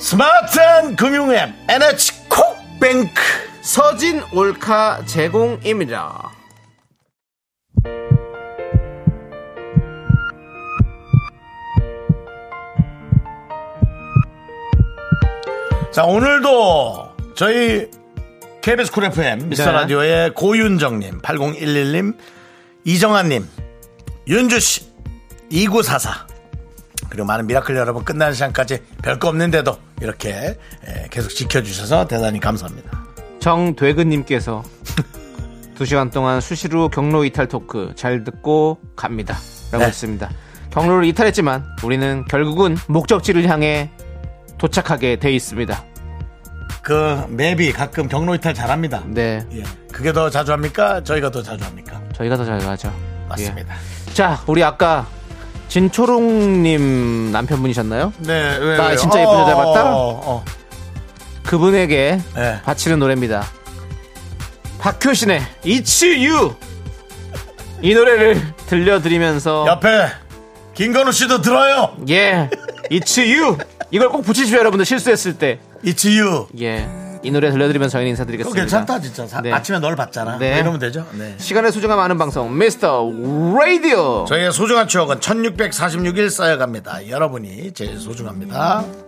S1: 스마트한 금융앱 NH콕뱅크
S2: 서진 올카 제공입니다.
S1: 자 오늘도 저희 KBS 쿨 FM 미스터
S2: 네.
S1: 라디오의 고윤정님 8011님 이정아님 윤주씨 2944 그리고 많은 미라클 여러분 끝나는 시간까지 별거 없는데도 이렇게 예, 계속 지켜주셔서 대단히 감사합니다
S2: 정되근님께서 두 시간 동안 수시로 경로 이탈 토크 잘 듣고 갑니다. 라고
S1: 네.
S2: 했습니다. 경로를 이탈했지만 우리는 결국은 목적지를 향해 도착하게 돼 있습니다.
S1: 그 맵이 가끔 경로 이탈 잘합니다
S2: 네.
S1: 예, 그게 더 자주 합니까? 저희가 더 자주 합니까?
S2: 저희가 더 잘 가죠.
S1: 맞습니다
S2: 예. 자, 우리 아까 진초롱님 남편분이셨나요?
S1: 네, 왜,
S2: 나
S1: 왜요?
S2: 진짜 예쁜
S1: 어,
S2: 여자 봤다?
S1: 어, 어.
S2: 그분에게
S1: 네.
S2: 바치는 노래입니다. 박효신의 It's You 이 노래를 들려드리면서
S1: 옆에 김건우 씨도 들어요
S2: 예 It's You 이걸 꼭 붙이십시오 여러분들 실수했을 때
S1: It's you
S2: 예. 이 노래 들려드리면서 저희는 인사드리겠습니다.
S1: 그거 괜찮다 진짜. 사-
S2: 네.
S1: 아침에 널 봤잖아.
S2: 네.
S1: 뭐 이러면 되죠. 네.
S2: 시간의 소중함 아는 방송 미스터 라디오.
S1: 저희의 소중한 추억은 1646일 쌓여갑니다. 여러분이 제일 소중합니다.